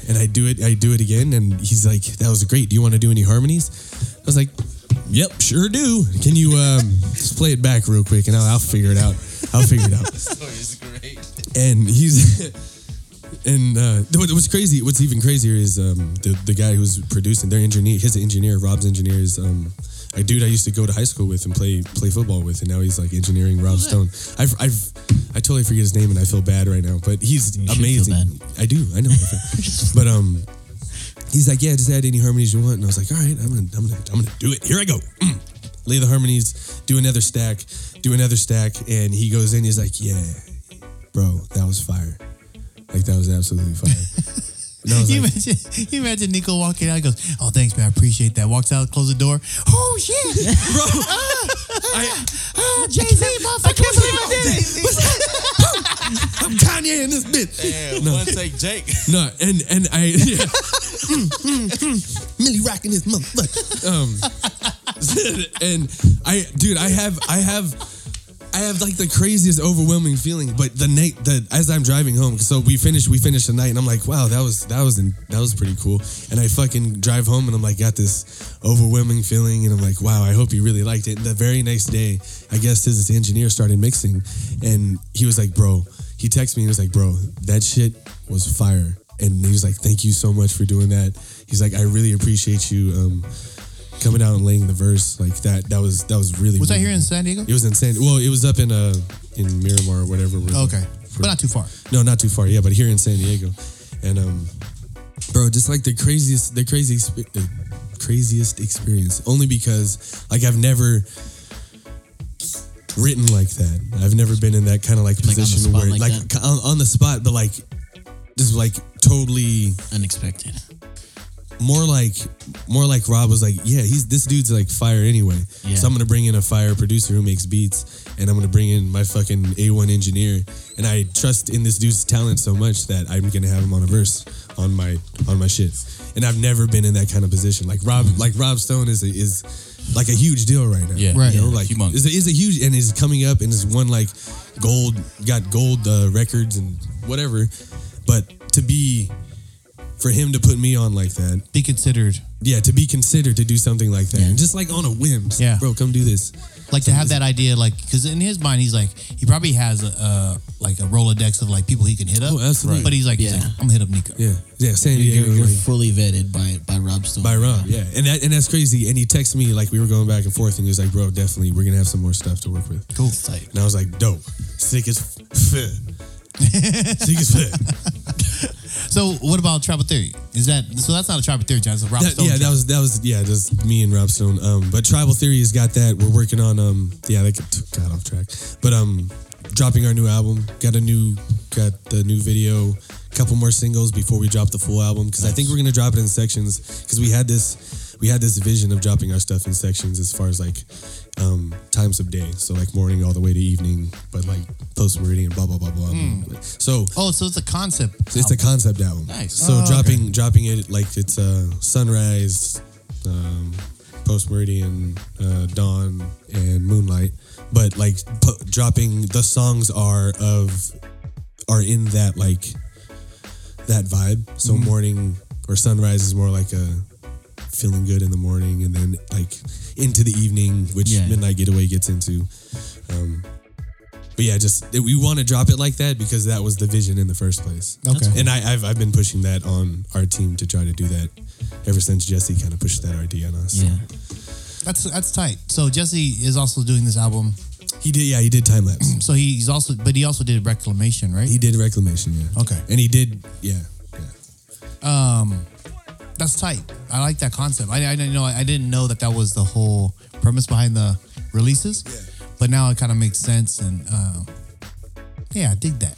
D: and I do it. I do it again. And he's like, that was great. Do you want to do any harmonies? I was like, yep, sure do. Can you um, just play it back real quick, and I'll, I'll figure it out. I'll figure it out. And he's. And uh, what- what's crazy, what's even crazier is um, the the guy who's producing their engineer, his engineer, Rob's engineer is um, a dude I used to go to high school with and play play football with, and now he's like engineering Rob Stone. I've, I've I totally forget his name, and I feel bad right now, but he's
E: should feel
D: amazing.
E: bad.
D: I do, I know, but um, he's like, yeah, just add any harmonies you want, and I was like, all right, I'm gonna I'm gonna I'm gonna do it. Here I go. Mm. Lay the harmonies, do another stack, do another stack, and he goes in. He's like, yeah, bro, that was fire. Like that was absolutely fire. And I was
B: You
D: like,
B: imagine, you imagine Nico walking out. He goes, "Oh, thanks, man. I appreciate that." Walks out, closes the door. Oh shit, bro! ah,
D: I,
B: ah, Jay Z, motherfucker! I can't believe I did
D: I'm Kanye in this bitch.
C: Damn,
D: No.
C: one take Jake.
D: No, and and I yeah.
F: Millie rocking this motherfucker.
D: um, and I, dude, I have, I have, I have like the craziest, overwhelming feeling. But the night, the as I'm driving home, so we finished, we finished the night, and I'm like, wow, that was, that was, that was pretty cool. And I fucking drive home, and I'm like, got this overwhelming feeling, and I'm like, wow, I hope you really liked it. And the very next day, I guess his engineer started mixing, and he was like, bro, he texted me, and he was like, bro, that shit was fire. And he was like, "Thank you so much for doing that." He's like, "I really appreciate you um, coming out and laying the verse like that. That was that was really.
B: Was that
D: really-
B: here in San Diego?
D: It was insane. Well, it was up in uh in Miramar or whatever. where the-
B: Okay,
D: for-
B: but not too far.
D: no, not too far. Yeah, but here in San Diego, and um, bro, just like the craziest, the crazy, expe- uh, craziest experience. Only because like I've never written like that. I've never been in that kind of like
E: on the
D: position
E: spot
D: where
E: like
D: like,
E: that?
D: c- on, on the spot, but like just like totally
E: Unexpected.
D: more like more like Rob was like, yeah, he's this dude's like fire anyway.
E: Yeah.
D: So I'm gonna bring in a fire producer who makes beats, and I'm gonna bring in my fucking A1 engineer, and I trust in this dude's talent so much that I'm gonna have him on a verse on my on my shit. And I've never been in that kind of position. Like Rob, like Rob Stone is is like a huge deal right now.
C: Yeah.
B: Right.
D: You know,
C: Yeah,
D: like
C: humongous.
D: is a, is a huge and is coming up and is one like gold got gold uh, records and whatever, but to be for him to put me on like that
B: Be considered,
D: yeah, to be considered to do something like that,
E: Yeah.
D: and just like on a whim, just,
B: Yeah.
D: bro, come do this.
B: like to have that idea, like because in his mind he's like he probably has a uh, like a rolodex of like people he can hit up.
D: Oh, absolutely.
B: But he's like, he's
E: Yeah.
B: like, I'm gonna hit up Nico.
D: Yeah, yeah, San
E: You're,
D: Diego
E: you're
D: like,
E: fully vetted by by Rob Stone.
D: by Ron, yeah, and that and that's crazy. And he texted me like we were going back and forth, and he was like, bro, definitely, we're gonna have some more stuff to work with.
E: Cool. It's like,
D: And I was like, dope, sick as fit, sick as fit.
B: So what about Tribal Theory? Is that so? That's not a Tribal Theory, John. It's a Rob
D: That-
B: Stone.
D: yeah, that
B: track.
D: was that was yeah, just me and Rob Stone. Um, but Tribal Theory has got that. We're working on um, yeah, that got- got off track, but um, dropping our new album. Got a new, got the new video. Couple more singles before we drop the full album because I think we're gonna drop it in sections because we had this, we had this vision of dropping our stuff in sections as far as like um, times of day. So like morning all the way to evening, but like post meridian, blah blah blah blah. So
B: Oh, so it's a concept.
D: so it's a concept album.
C: Nice.
D: So dropping dropping it like it's uh, sunrise, um, post meridian, uh, dawn, and moonlight. But like po- dropping the songs are of are in that like that vibe. So
E: Mm-hmm.
D: morning or sunrise is more like a feeling good in the morning, and then like into the evening, which
E: Yeah.
D: midnight getaway gets into. Um, but yeah, just we want to drop it like that because that was the vision in the first place.
B: Okay.
D: And I, I've, I've been pushing that on our team to try to do that ever since Jesse kind of pushed that idea on us.
E: yeah.
B: That's that's tight. So Jesse is also doing this album.
D: He did, yeah, he did time lapse.
B: So he's also, but he also did Reclamation, right?
D: He did reclamation, yeah.
B: Okay.
D: And he did, yeah, yeah.
B: That's tight. I like that concept. I, I didn't know. I didn't know that that was the whole premise behind the releases.
D: Yeah.
B: But now it kind of makes sense, and uh, yeah, I dig that.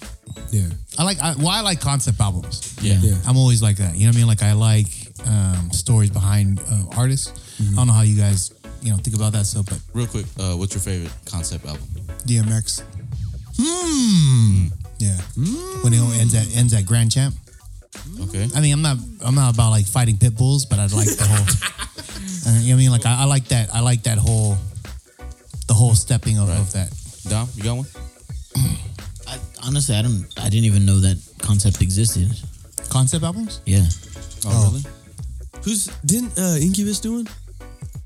D: Yeah.
B: I like. I, well, I like concept albums.
C: Yeah.
D: Yeah.
B: I'm always like that. You know what I mean? Like I like um, stories behind uh, artists.
D: Mm-hmm.
B: I don't know how you guys, you know, think about that stuff, but
C: Real quick, uh, what's your favorite concept album?
B: DMX. Hmm. Yeah. Hmm. When it ends at ends at Grand Champ.
C: Okay.
B: I mean, I'm not I'm not about like fighting pit bulls, but I like the whole. uh, you know what I mean? Like I, I like that. I like that whole, the whole stepping of, of that.
C: Dom, you got one?
E: I, honestly, I don't. I didn't even know that concept existed.
B: Concept albums?
E: Yeah.
C: Oh, really?
D: Who's, didn't uh, Incubus do one?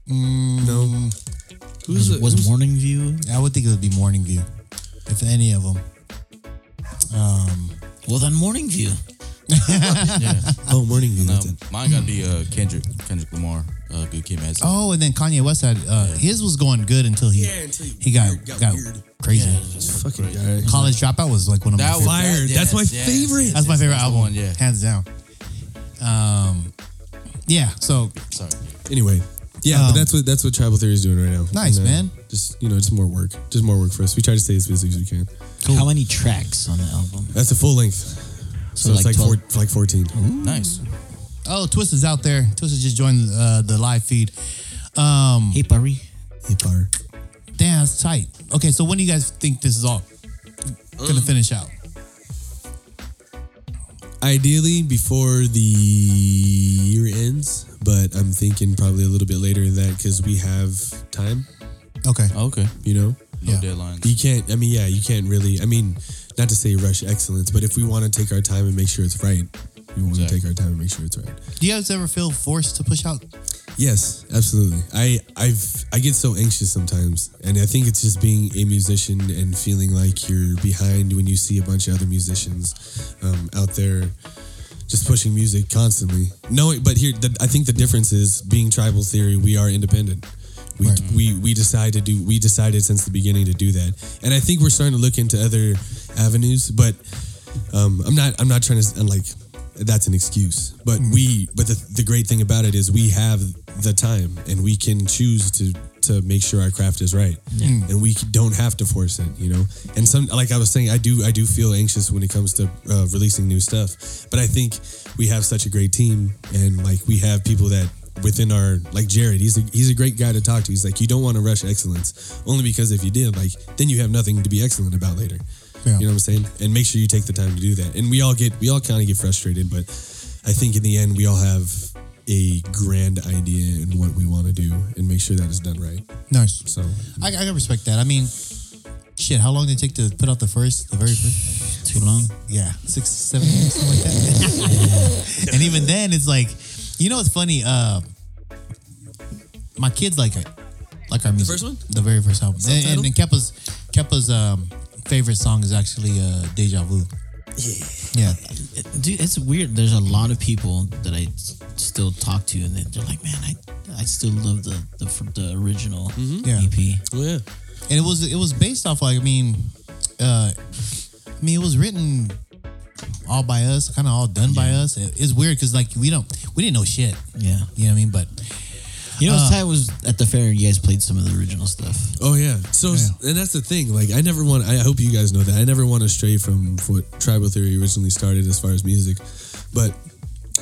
D: no. Who's,
E: Was,
D: the-
E: was
D: who's-
E: Morning View?
B: I would think it would be Morning View, if any of them.
E: Well, then Morning View.
D: Oh, Morning View.
C: No,
D: that's it.
C: Um, mine got to be uh, Kendrick, Kendrick Lamar, uh, Good Kid, Mad City.
B: Oh, and then Kanye West had uh, his was going good until he
D: Yeah, until he
B: he got
D: weird- got
B: got,
D: weird.
B: crazy.
D: Fucking guy.
B: College Dropout was like one of my
C: That
B: favorite.
C: was
D: Fire.
C: that-
D: That's my
C: yes, yes,
D: favorite.
C: yes,
B: That's my
C: yes,
B: favorite
C: the
B: album,
C: one, yeah.
B: hands down. Um, yeah. So
C: Sorry.
D: Anyway, Yeah,
B: Um,
D: but that's what that's what tribal theory is doing right now.
B: Nice,
D: And, uh,
B: man.
D: Just you know, just more work, just more work for us. We try to stay as busy as we can.
E: How many tracks on the album?
D: That's a full length, so, it's like four, it's like fourteen.
C: Nice.
B: Oh, Twist is out there. Twist has just joined uh, the live feed. Um,
E: Hey, Pari.
D: Bar.
B: damn, it's tight. Okay, so when do you guys think this is all gonna finish out?
D: Ideally, before the year ends, but I'm thinking probably a little bit later than that because we have time.
B: Okay.
D: Oh,
C: Okay.
D: You know,
C: No
B: Yeah.
C: deadlines.
D: you can't. I mean, yeah, you can't really. I mean, not to say rush excellence, but if we want to take our time and make sure it's right, we want to
C: Exactly.
D: take our time and make sure it's right.
B: Do you guys ever feel forced to push out?
D: Yes, absolutely. I I've I get so anxious sometimes, and I think it's just being a musician and feeling like you're behind when you see a bunch of other musicians um, out there just pushing music constantly. No, but here the, I think the difference is being tribal theory. We are independent. We, we we decide to do. We decided since the beginning to do that, and I think we're starting to look into other avenues. But um, I'm not. I'm not trying to. I'm like, that's an excuse. But we. But the, the great thing about it is we have the time, and we can choose to to make sure our craft is right, and we don't have to force it. You know. And some, like I was saying, I do. I do feel anxious when it comes to uh, releasing new stuff. But I think we have such a great team, and like we have people that within our like Jared, he's a he's a great guy to talk to. He's like, you don't want to rush excellence, only because if you did, like, then you have nothing to be excellent about later.
B: Yeah.
D: You know what I'm saying? And make sure you take the time to do that. And we all get we all kind of get frustrated, but I think in the end we all have a grand idea in what we want to do and make sure that is done right.
B: Nice.
D: So
B: I, I can respect that. I mean, shit, how long did it take to put out the first, the very first?
E: Too long.
B: Yeah, six, seven years, something like that. and even then, it's like, you know, it's funny. Uh, my kids like it, like our music.
D: first one?
B: the very first album. And, and,
D: Self-titled?
B: and Keppa's Keppa's um, favorite song is actually uh, "Deja Vu." Yeah,
E: Dude, it's weird. There's a lot of people that I s- still talk to, and they- they're like, "Man, I, I still love the the, fr- the original E
B: Yeah.
E: EP."
D: well, yeah.
B: and it was it was based off like I mean, uh, I mean it was written all by us, kind of all done by us. It- it's weird because like we don't we didn't know shit.
E: Yeah,
B: You know what I mean? But
E: you know, uh, Ty was at the fair, and you guys played some of the original stuff.
D: Oh yeah. So
B: Yeah.
D: and that's the thing. Like I never want. I hope you guys know that I never want to stray from what Tribal Theory originally started as far as music, but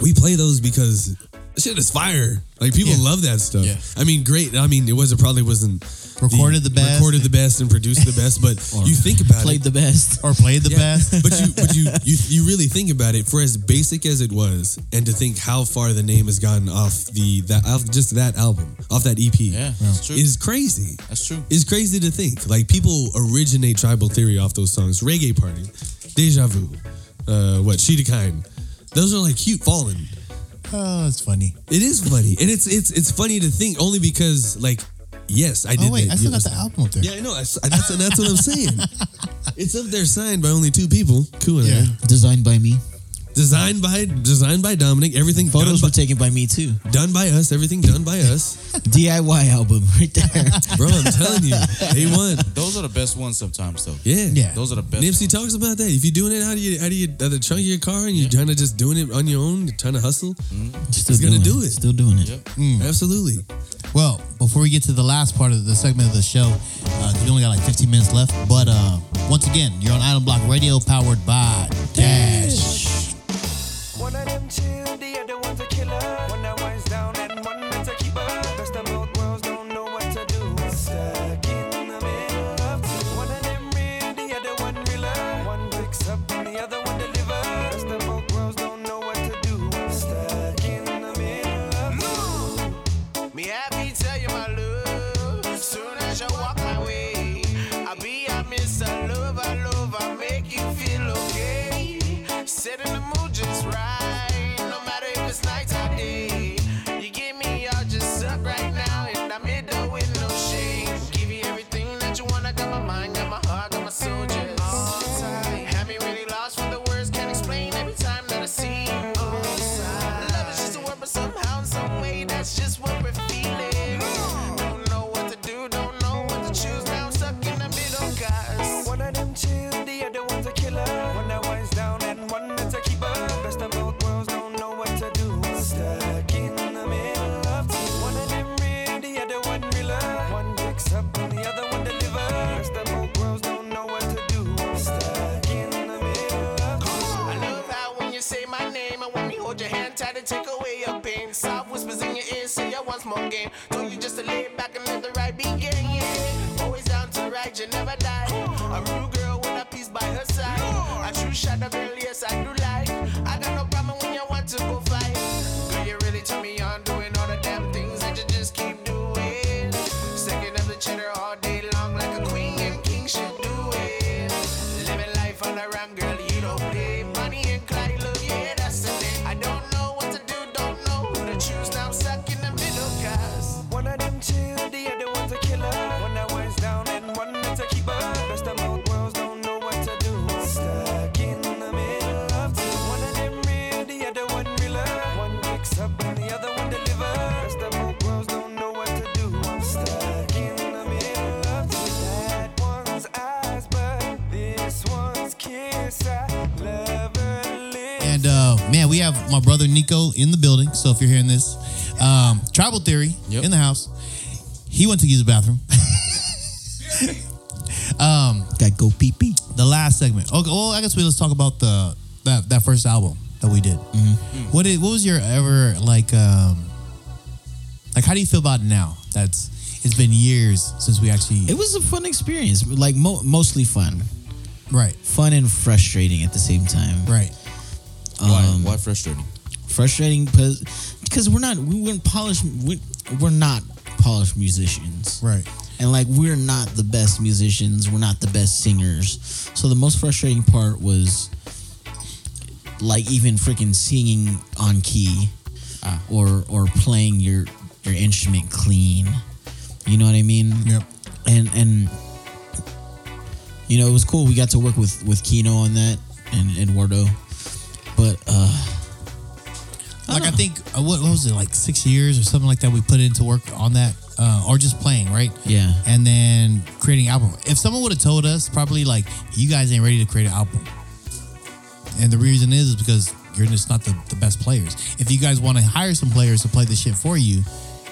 D: we play those because shit is fire. Like people
B: Yeah.
D: love that stuff.
B: Yeah.
D: I mean, great. I mean, it was it probably wasn't
B: Recorded the best.
D: recorded the best, and produced the best. But you think about it,
E: Played the best.
B: or played the
D: yeah.
B: best.
D: but you but you, you you really think about it for as basic as it was and to think how far the name has gotten off the that off just that album off that EP
C: Yeah, that's true.
D: is crazy
C: That's true.
D: it's crazy to think like people originate tribal theory off those songs reggae party deja vu uh what Sheetakind. those are like cute fallen
B: Oh, it's funny.
D: it is funny and it's it's it's funny to think only because like yes I did
B: Oh wait, I
D: that.
B: still
D: Yes.
B: got the album up there.
D: yeah, I know. I, s- that's, that's what I'm saying. It's up there signed by only two people. Cool. eh?
B: Yeah.
E: Designed by me.
D: designed by designed by Dominic. Everything
E: Photos were
D: done,
E: taken by me too.
D: by, done by us. Everything done by us,
E: DIY album right there.
D: bro. I'm telling you, they won.
C: Those are the best ones sometimes, though.
D: Yeah,
B: Yeah.
C: Those are the best.
D: Nipsey talks about that. If you're doing it out of your out of your out of the trunk of your car and you're trying to just doing it on your own, you're trying to hustle.
E: Still
D: gonna
E: doing
D: do it.
E: Still doing it.
C: Yep.
D: Absolutely.
B: Well, before we get to the last part of the segment of the show, uh, 'cause we only got like 15 minutes left. But uh, once again, you're on Island Block Radio, powered by Dash.
A: One of them chill, the other one's a killer. One that winds down and one that's a keeper. Best of both worlds don't know what to do. Stuck in the middle of two. One of them real, the other one realer. One picks up and the other one delivers. Best of both worlds don't know what to do. Stuck in the middle of two. Me happy tell you my love. Soon as you walk my way, I'll be a Mr. Lover, lover, make you feel okay.
B: And uh, man, we have my brother Nico in the building. So if you're hearing this, um, Tribal Theory
C: Yep.
B: in the house. He went to use the bathroom.
E: Gotta go pee pee.
B: the last segment. Okay, well, I guess we let's talk about the that, that first album that we did. What did what was your ever like um like how do you feel about it now? That's it's been years since we actually
E: It was a fun experience, like mo- mostly fun,
B: right
E: fun and frustrating at the same time.
B: right
D: um,
C: Why? Why frustrating?
E: Frustrating because we're not we weren't polished. We, we're not polished musicians.
B: right
E: And like we're not the best musicians, we're not the best singers. So the most frustrating part was like even freaking singing on key
B: Ah.
E: or or playing your your instrument clean. You know what I mean?
B: Yep.
E: And and you know, it was cool. We got to work with with Kino on that and Eduardo. But uh
B: like I think uh, what, what was it like six years or something like that we put into work on that uh, or just playing right
E: Yeah.
B: and then creating album if someone would have told us probably like you guys ain't ready to create an album and the reason is, is because you're just not the, the best players if you guys want to hire some players to play the shit for you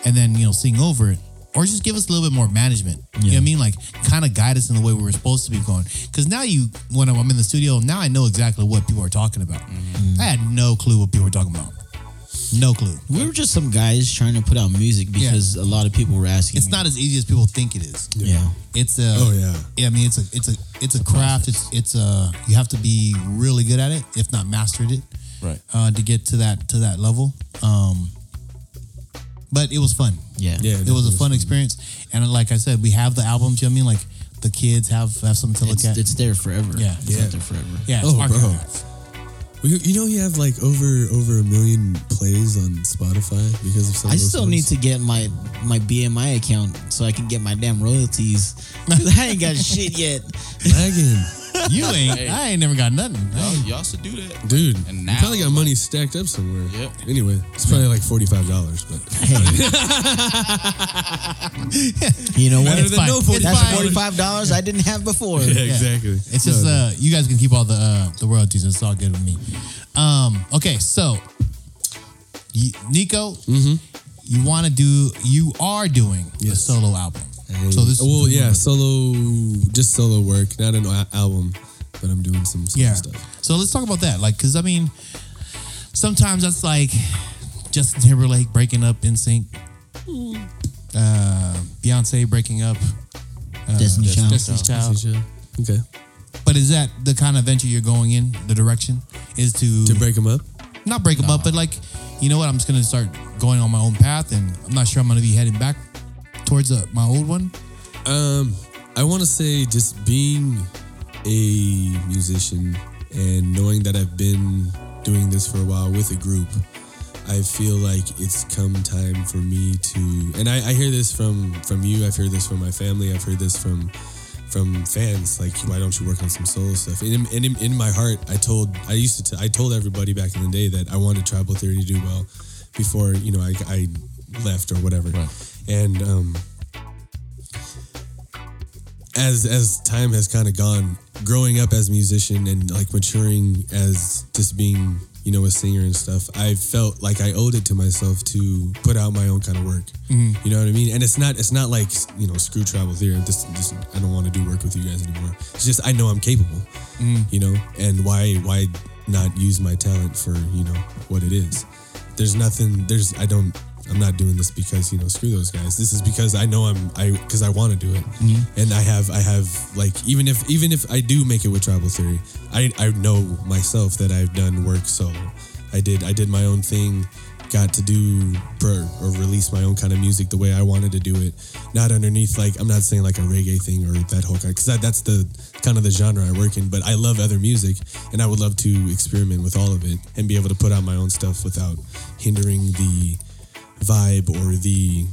B: and then you know sing over it or just give us a little bit more management you know what
E: Yeah.
B: I mean like kind of guide us in the way we were supposed to be going because now you when I'm in the studio now I know exactly what people are talking about
E: Mm-hmm.
B: I had no clue what people were talking about no clue.
E: we were just some guys trying to put out music because a lot of people were asking.
B: It's not as easy as people think it is.
E: yeah.
B: It's a
D: Oh, yeah.
B: I mean it's a it's a it's a craft. It's it's a you have to be really good at it, if not mastered it,
C: Right.
B: uh, to get to that to that level. Um, but it was fun.
E: Yeah.
D: Yeah.
B: It was a fun experience, and like I said, we have the albums. You know what I mean? Like the kids have have something to look
E: It's,
B: at.
E: it's there forever.
B: Yeah.
E: It's
D: Yeah.
E: out there forever.
B: yeah, it's
D: Oh,
B: archive.
D: bro. We, you know, you have like over over a million plays on Spotify because of some.
E: I
D: of those
E: still need to
D: songs.
E: get my my BMI account so I can get my damn royalties. 'Cause I ain't got shit yet.
D: lagging,
B: You ain't. I ain't never got nothing.
C: Y'all, y'all should do that.
D: Oh, dude.
C: And
D: And
C: now-
D: you probably got money stacked up somewhere.
C: Yep.
D: Anyway, it's probably like forty five dollars, but
E: You know what?
D: Better
E: It's
D: than
E: fine.
D: no
E: That's
B: $45.
E: forty five dollars I didn't have before.
D: exactly.
B: It's just uh, you guys can keep all the uh, the royalties. It's all good with me. Um, okay, so you, Nico, you want to do? You are doing a
D: Mm-hmm. Yes.
B: solo album. uh, So this,
D: well, yeah, solo, just solo work, not an al- album, but I'm doing some solo
B: yeah.
D: stuff.
B: So let's talk about that, like, because I mean, sometimes that's like Justin Timberlake breaking up in sync, uh, Beyonce breaking up,
E: Uh, Destiny Child.
B: Destiny's Child.
D: Okay,
B: Mm-hmm. But is that the kind of venture you're going in? The direction is
D: to break them up.
B: not break them up, but like, you know what? I'm just gonna start going on my own path, and I'm not sure I'm gonna be heading back towards uh, my old one.
D: Um, I want to say just being a musician and knowing that I've been doing this for a while with a group, I feel like it's come time for me to. And I, I hear this from from you. I've heard this from my family. I've heard this from from fans. Like, why don't you work on some solo stuff? And in, and in, in my heart, I told I used to t- I told everybody back in the day that I wanted Tribal Theory to do well before you know I, I left or whatever. And um, as as time has kind of gone, growing up as a musician and like maturing as just being you know a singer and stuff, I felt like I owed it to myself to put out my own kind of work. You know what I mean? And it's not it's not like you know screw travel theory. This, this I don't want to do work with you guys anymore. It's just I know I'm capable. You know, and why why not use my talent for you know what it is? There's nothing. There's I don't. I'm not doing this because you know screw those guys. This is because I know I'm I because I want to do it, and I have I have like even if even if I do make it with Tribal Theory, I I know myself that I've done work solo. I did I did my own thing, got to do or, or release my own kind of music the way I wanted to do it, not underneath like I'm not saying like a reggae thing or that whole kind because that's the kind of the genre I work in. But I love other music, and I would love to experiment with all of it and be able to put out my own stuff without hindering the vibe or the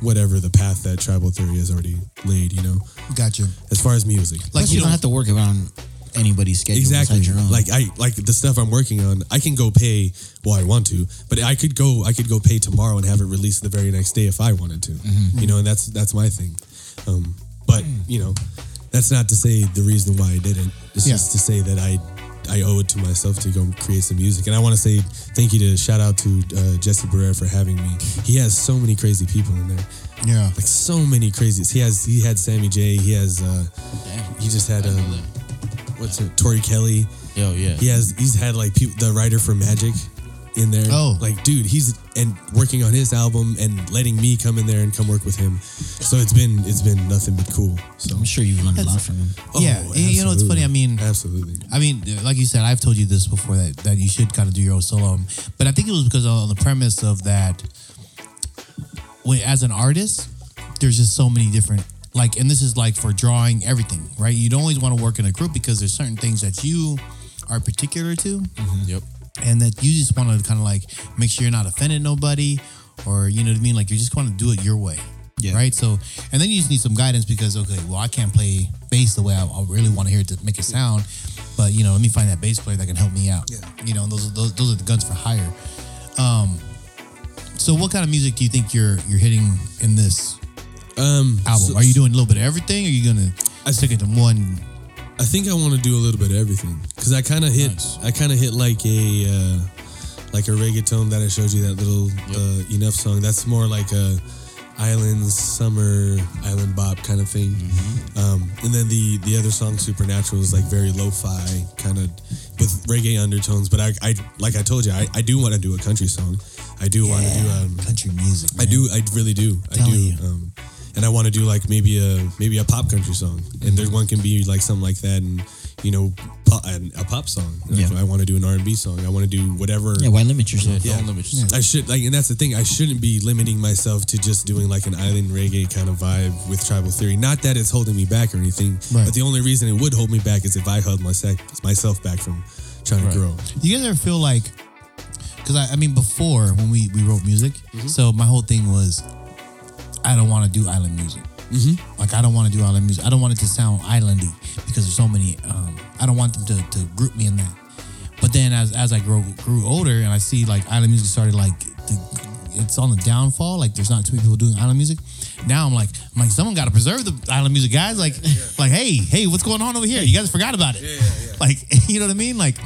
D: whatever the path that tribal theory has already laid, you know,
B: Gotcha.
D: as far as music.
B: Like
E: Plus,
B: you,
E: you
B: don't.
E: don't have to work around anybody's schedule
D: Exactly.
E: besides your own.
D: Like I like the stuff I'm working on. I can go pay well. I want to, but I could go. I could go pay tomorrow and have it released the very next day if I wanted to. You know, and that's that's my thing. Um, but you know, that's not to say the reason why I didn't. It's
B: Yeah.
D: just to say that I I owe it to myself to go create some music. And I want to say thank you to shout out to uh, Jesse Barrera for having me. He has so many crazy people in there,
B: Yeah.
D: like so many crazies. He has he had Sammy J. He has uh, he just had um, what's it Tori Kelly.
C: Yo, yeah.
D: He has he's had like peop the writer for Magic in there.
B: Oh.
D: like dude, he's and working on his album and letting me come in there and come work with him. So it's been it's been nothing but cool. So
E: I'm sure you've learned a lot from him.
B: Yeah,
D: Oh,
B: and you know, it's funny,
D: absolutely.
B: I mean-
D: absolutely.
B: I mean, like you said, I've told you this before that, that you should kind of do your own solo album. But I think it was because on the premise of that, when, as an artist, there's just so many different, like, and this is like for drawing everything, right? You'd always want to work in a group because there's certain things that you are particular to
E: Mm-hmm.
C: Yep.
B: and that you just want to kind of like make sure you're not offending nobody or you know what I mean like you just want to do it your way
E: Yeah.
B: right so and then you just need some guidance because okay well I can't play bass the way I, I really want to hear it to make it sound but you know let me find that bass player that can help me out
D: Yeah.
B: you know and those, are- those those are the guns for hire um so what kind of music do you think you're you're hitting in this
D: Um,
B: album
D: so-
B: are you doing a little bit of everything or are you gonna I stick it to one
D: I think I want to do a little bit of everything because I kind of hit
C: Nice.
D: I kind of hit like a uh, like a reggaeton that I showed you that little uh, enough song. That's more like a island summer island bop kind of thing. Um, and then the the other song Supernatural is like very lo-fi kind of with reggae undertones. But I, I like I told you I, I do want to do a country song. I do want to do um,
B: country music
D: I do. I really do. I
B: Telling
D: do.
B: you.
D: Um, and I want to do like maybe a maybe a pop country song, and there's one can be like something like that, and you know, pop, and a pop song.
E: Yeah.
D: I want to do an R and B song. I want to do whatever.
E: Yeah, why limit yourself?
C: Yeah. Don't limit yourself.
D: I should like, and that's the thing. I shouldn't be limiting myself to just doing like an island reggae kind of vibe with Tribal Theory. Not that it's holding me back or anything,
B: Right.
D: but the only reason it would hold me back is if I held myself myself back from trying to grow.
B: Do you guys ever feel like, because I, I mean, before when we, we wrote music, so my whole thing was, I don't want to do island music. Like, I don't want to do island music. I don't want it to sound islandy because there's so many, um, I don't want them to, to group me in that. But then as, as I grow, grew older and I see like island music started like, the, it's on the downfall. Like there's not too many people doing island music. Now I'm like, I'm like, someone got to preserve the island music, guys. Like, like, hey, hey, what's going on over here? You guys forgot about it. Like, you know what I mean? Like,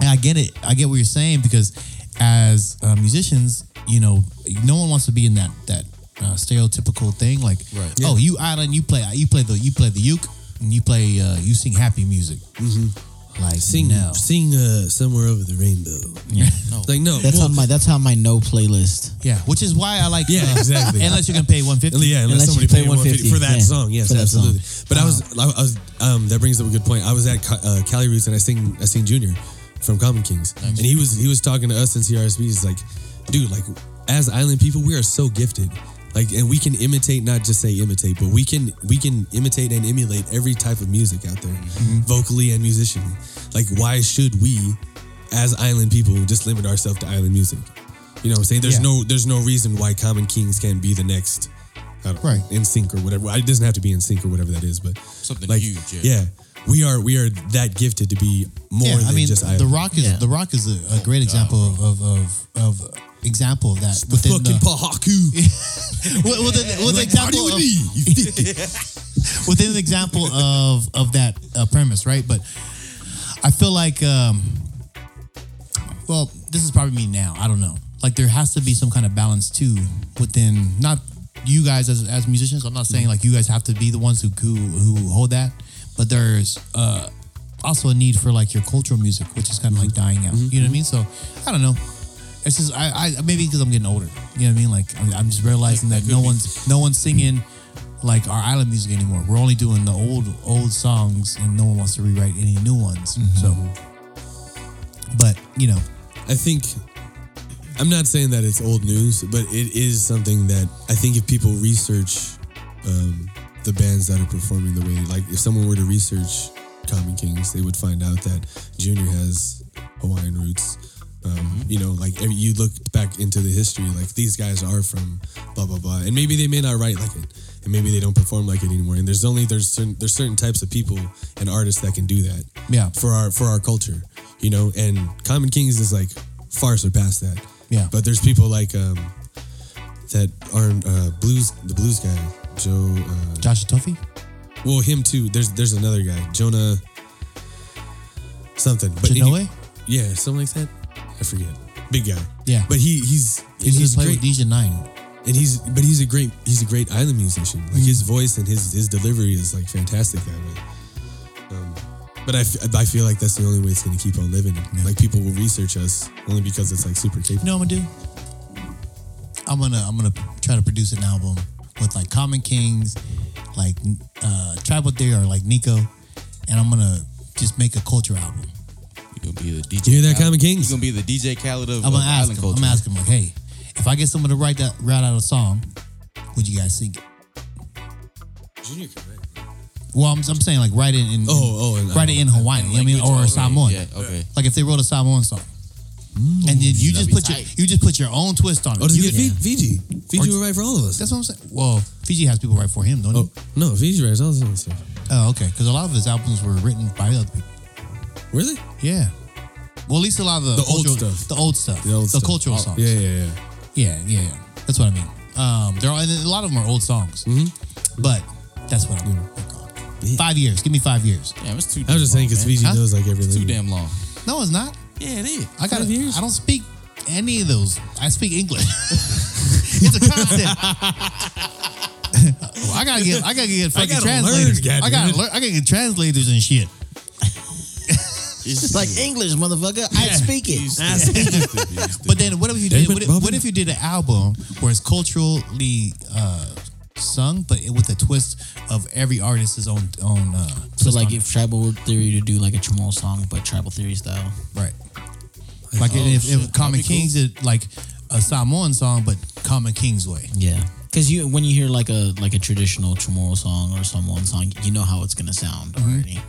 B: and I get it. I get what you're saying because as uh, musicians, you know, no one wants to be in that that uh, stereotypical thing. Like,
C: Right.
B: oh, you island, you play, you play the, you play the uke, and you play, uh, you sing happy music. Like,
D: Sing,
B: no.
D: sing uh, somewhere over the rainbow.
E: Yeah.
D: Like no,
E: That's
D: well,
E: on my that's how my no playlist.
B: yeah, which is why I like,
D: Yeah,
B: uh,
D: exactly.
B: Unless you're gonna pay one fifty.
D: Yeah,
E: Unless
D: unless, somebody
E: you play
D: paid 150
E: 150,
D: for that
E: yeah,
D: song. Yes,
E: for that song. Uh-huh.
D: absolutely. But I was, I was, um, that brings up a good point. I was at Ca- uh, Cali Roots and I sing, I sing Junior from Common Kings, and he was, he was talking to us in CRSB. He's like, dude, like as island people, we are so gifted. Like, and we can imitate, not just say imitate, but we can we can imitate and emulate every type of music out there,
E: Mm-hmm.
D: vocally and musicially. Like, why should we, as island people, just limit ourselves to island music? You know what I'm saying? There's
B: Yeah.
D: no there's no reason why Common Kings can't be the next I don't
B: Right.
D: in sync or whatever. It doesn't have to be in sync or whatever that is, but
C: Something huge, yeah.
D: we are we are that gifted to be more
B: Yeah,
D: than
B: I mean,
D: just Oh,
B: the
D: island.
B: rock is
E: Yeah.
B: the rock is a, a great example of, of of of example of that within the,
D: Fucking Pahaku.
B: well, well, the, well, the
D: Like, party
B: example
D: with
B: of,
D: me. You
B: within an example of of that uh, premise, right? But I feel like, um, well, this is probably me now. I don't know. Like there has to be some kind of balance too within not you guys as as musicians. I'm not saying like you guys have to be the ones who who, who hold that, but there's uh, also a need for like your cultural music, which is kind of like
D: Mm-hmm.
B: dying out. You know what I mean? So I don't know. It's just I, I maybe because I'm getting older. You know what I mean? Like I'm, I'm just realizing that no one's no one's singing like our island music anymore. We're only doing the old old songs, and no one wants to rewrite any new ones. So, but you know,
D: I think I'm not saying that it's old news, but it is something that I think if people research um, the bands that are performing the way, like if someone were to research Common Kings, they would find out that Junior has Hawaiian roots. Um, you know, like if you look back into the history, like these guys are from blah blah blah, and maybe they may not write like it, and maybe they don't perform like it anymore. And there's only there's certain there's certain types of people and artists that can do that.
B: Yeah.
D: for our for our culture, you know. And Common Kings is like far surpassed that.
B: Yeah.
D: but there's people like um, that are uh, blues the blues guy Joe. Uh,
B: Joshua Toffee.
D: well, him too. There's there's another guy Jonah. something. But any-
B: Genoa?
D: yeah, something like that. I forget. Big guy.
B: Yeah.
D: but he he's
B: He
D: and
B: just
D: he's
B: played
D: great.
B: with Deja Nine.
D: and he's but he's a great he's a great island musician. Like his voice and his his delivery is like fantastic that way. Um, but I, f- I feel like that's the only way it's going to keep on living. Like people will research us only because it's like super capable.
B: You know what I'm gonna do? I'm gonna I'm gonna try to produce an album with like Common Kings, like uh, Tribal Theory or like Nico, and I'm gonna just make a culture album.
C: You're gonna be the DJ.
D: You hear that,
C: Khaled-
D: Common Kings?
C: You're gonna be the DJ Khaled of,
B: I'm
C: of
B: gonna ask
C: island
B: him.
C: culture.
B: I'm asking him like, hey, if I get someone to write that write out a song, would you guys sing it?
D: Junior can write.
B: Well, I'm, I'm saying like write it in
D: Oh, oh, and-
B: write it in Hawaiian. you know what I mean, or a Samoan.
C: Yeah. Okay.
B: Like if they wrote a Samoan song, and then you just
C: be
B: put your
C: tight.
B: you just put your own twist on it.
D: Oh, does
B: You
D: he get
B: can-
D: Fiji? Fiji? Fiji will write for all of us.
B: That's what I'm saying. Well, Fiji has people write for him, don't he?
D: Oh no, Fiji writes all of us.
B: Oh, okay. Because a lot of his albums were written by other people.
D: Really?
B: Yeah. Well, at least a lot of the,
D: The old
B: cultural-
D: stuff.
B: The old stuff. The,
D: old stuff.
B: cultural
D: Oh,
B: songs.
D: Yeah, yeah,
B: yeah,
D: yeah.
B: yeah, yeah. That's what I mean. Um, there are and a lot of them are old songs,
D: Mm-hmm.
B: but that's what I'm gonna work on. Five years. Give me five years.
C: Damn, it's too.
D: I was just saying because
C: it's
D: Fiji
B: Huh?
D: knows like every
C: too
D: language.
C: damn long.
B: No, it's not.
C: Yeah, it is.
B: I got.
D: Five years?
B: I don't speak any of those. I speak English. it's a concept. Well, I gotta get. I gotta get fucking
D: gotta learn,
B: translators. I
D: goddammit.
B: gotta. Learn, I gotta get translators and shit.
E: It's like English, motherfucker. I speak it.
B: But then, what if you
D: David
B: did? What if,
D: Bowie.
B: what if you did an album where it's culturally uh, sung, but it, with a twist of every artist's own own? Uh,
E: So
B: twist
E: like,
B: on
E: if Tribal Theory to do like a Jamal song, but Tribal Theory style.
B: it. right, like if, if Common Kings did like a Samoan song, but Common Kings way.
E: Yeah, because you when you hear like a like a traditional Chamorro song or someone song, you know how it's gonna sound already.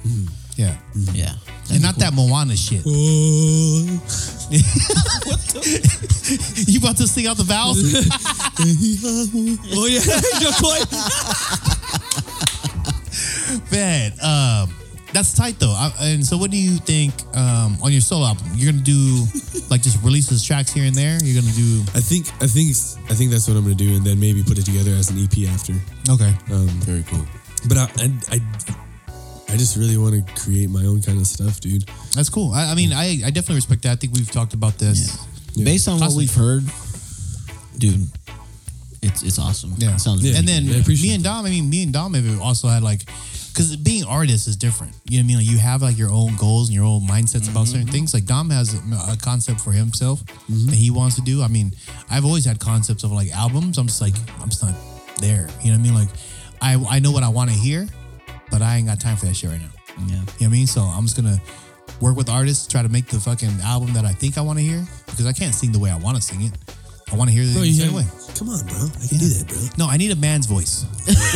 B: Yeah,
E: Yeah,
B: and not that Moana shit.
D: Oh,
B: you about to sing out the vowels?
D: oh yeah, just like
B: Man, um, that's tight though. I, and so, what do you think um, on your solo album? You're gonna do like just releases tracks here and there. You're gonna do
D: I think I think s- I think that's what I'm gonna do, and then maybe put it together as an EP after.
B: okay.
C: Very cool.
D: Um, But I I I, I just really want to create my own kind of stuff, dude.
C: Oh,
B: That's cool. I, I mean, I, I definitely respect that. I think we've talked about this.
E: based on what
B: Awesome.
E: we've heard, dude, it's it's awesome.
B: Yeah.
E: it sounds.
D: Yeah.
E: really
B: And then
D: I appreciate
B: me and Dom, I mean, me and Dom have also had like, because being artists is different. You know what I mean? Like you have like your own goals and your own mindsets about
D: Mm-hmm.
B: certain things. Like Dom has a, a concept for himself
E: Mm-hmm.
B: that he wants to do. I mean, I've always had concepts of like albums. I'm just like, I'm just not there. You know what I mean? Like, I, I know what I want to hear, but I ain't got time for that shit right now.
E: good.
B: You
E: yeah.
B: know what I mean? So I'm just gonna work with artists, try to make the fucking album that I think I want to hear because I can't sing the way I want to sing it. I want to hear it the same way.
D: Come on, bro. I can do that, bro.
B: No, I need a man's voice.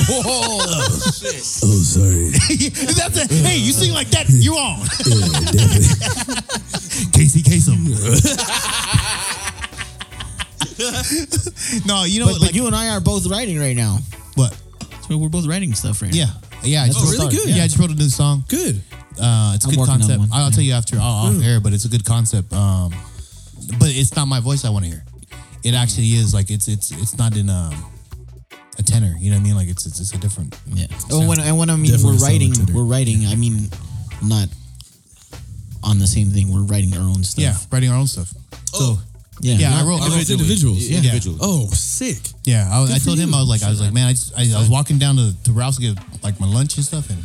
D: Oh, sorry.
B: That's a, hey, you sing like that, you're on. Casey Kasem. no, you know
E: But,
B: what?
E: but
B: Like,
E: you and I are both writing right now.
B: what?
E: So we're both writing stuff right
B: Yeah,
E: now.
B: yeah. I just
E: really
B: wrote-
E: good.
B: Yeah, I just wrote a new song.
D: Good.
B: Uh, it's a
E: I'm
B: good
E: working on
B: concept.
E: one.
B: I'll, I'll tell you after off off air, but it's a good concept. Um, but it's not my voice I want to hear. It actually is like it's it's it's not in um a tenor. You know what I mean? Like it's it's, it's a different.
E: Yeah. And when and when I mean
D: Definitely
E: we're writing,
D: solid tinder.
E: we're writing. I mean, not on the same thing. We're writing our own stuff.
B: Yeah, writing our own stuff. So
E: Yeah.
B: yeah, I
E: Not-
B: wrote. I wrote
D: It's individuals.
C: oh, Yeah. Individually.
D: Oh, sick.
B: yeah, I, was- I
D: Good for
B: told him
D: you.
B: I was like I was like man, I just, I, I was walking down to to Ralph's to get like my lunch and stuff, and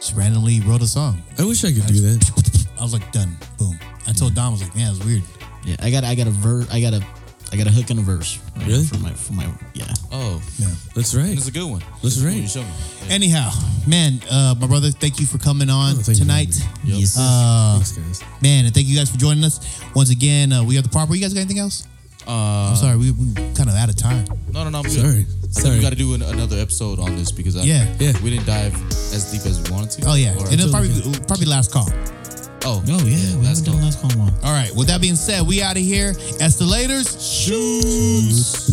B: just randomly wrote a song.
D: I wish I could do that.
B: I was like done. Boom. I told Dom I was like man, it's weird.
E: Yeah. I got I got a ver I got a I got a hook and a verse. right,
D: Really?
E: For my for my yeah.
C: Oh,
B: Yeah.
D: That's right.
C: that's a good one.
D: That's
C: a good
D: right.
C: one. You show me.
B: Anyhow, man, uh, my brother, thank you for coming on
D: Oh, thank you for
B: tonight.
E: Yes.
B: Uh,
D: Thanks, guys.
B: man, and thank you guys for joining us once again. Uh, we are the proper. You guys got anything else?
C: Uh,
B: I'm sorry, we we kind of out of time.
C: no, no, no. I'm good.
D: Sorry. Sorry.
C: We got to do an, another episode on this because I,
B: Yeah.
D: Yeah.
C: we didn't dive as deep as we wanted to.
B: Oh yeah,
C: Or-
B: and it'll probably probably last call.
C: oh
E: Oh yeah, we
C: that's
E: haven't done
C: cool.
E: last call in a while.
B: All right. With that being said, we out of here. Estilators. Shoots.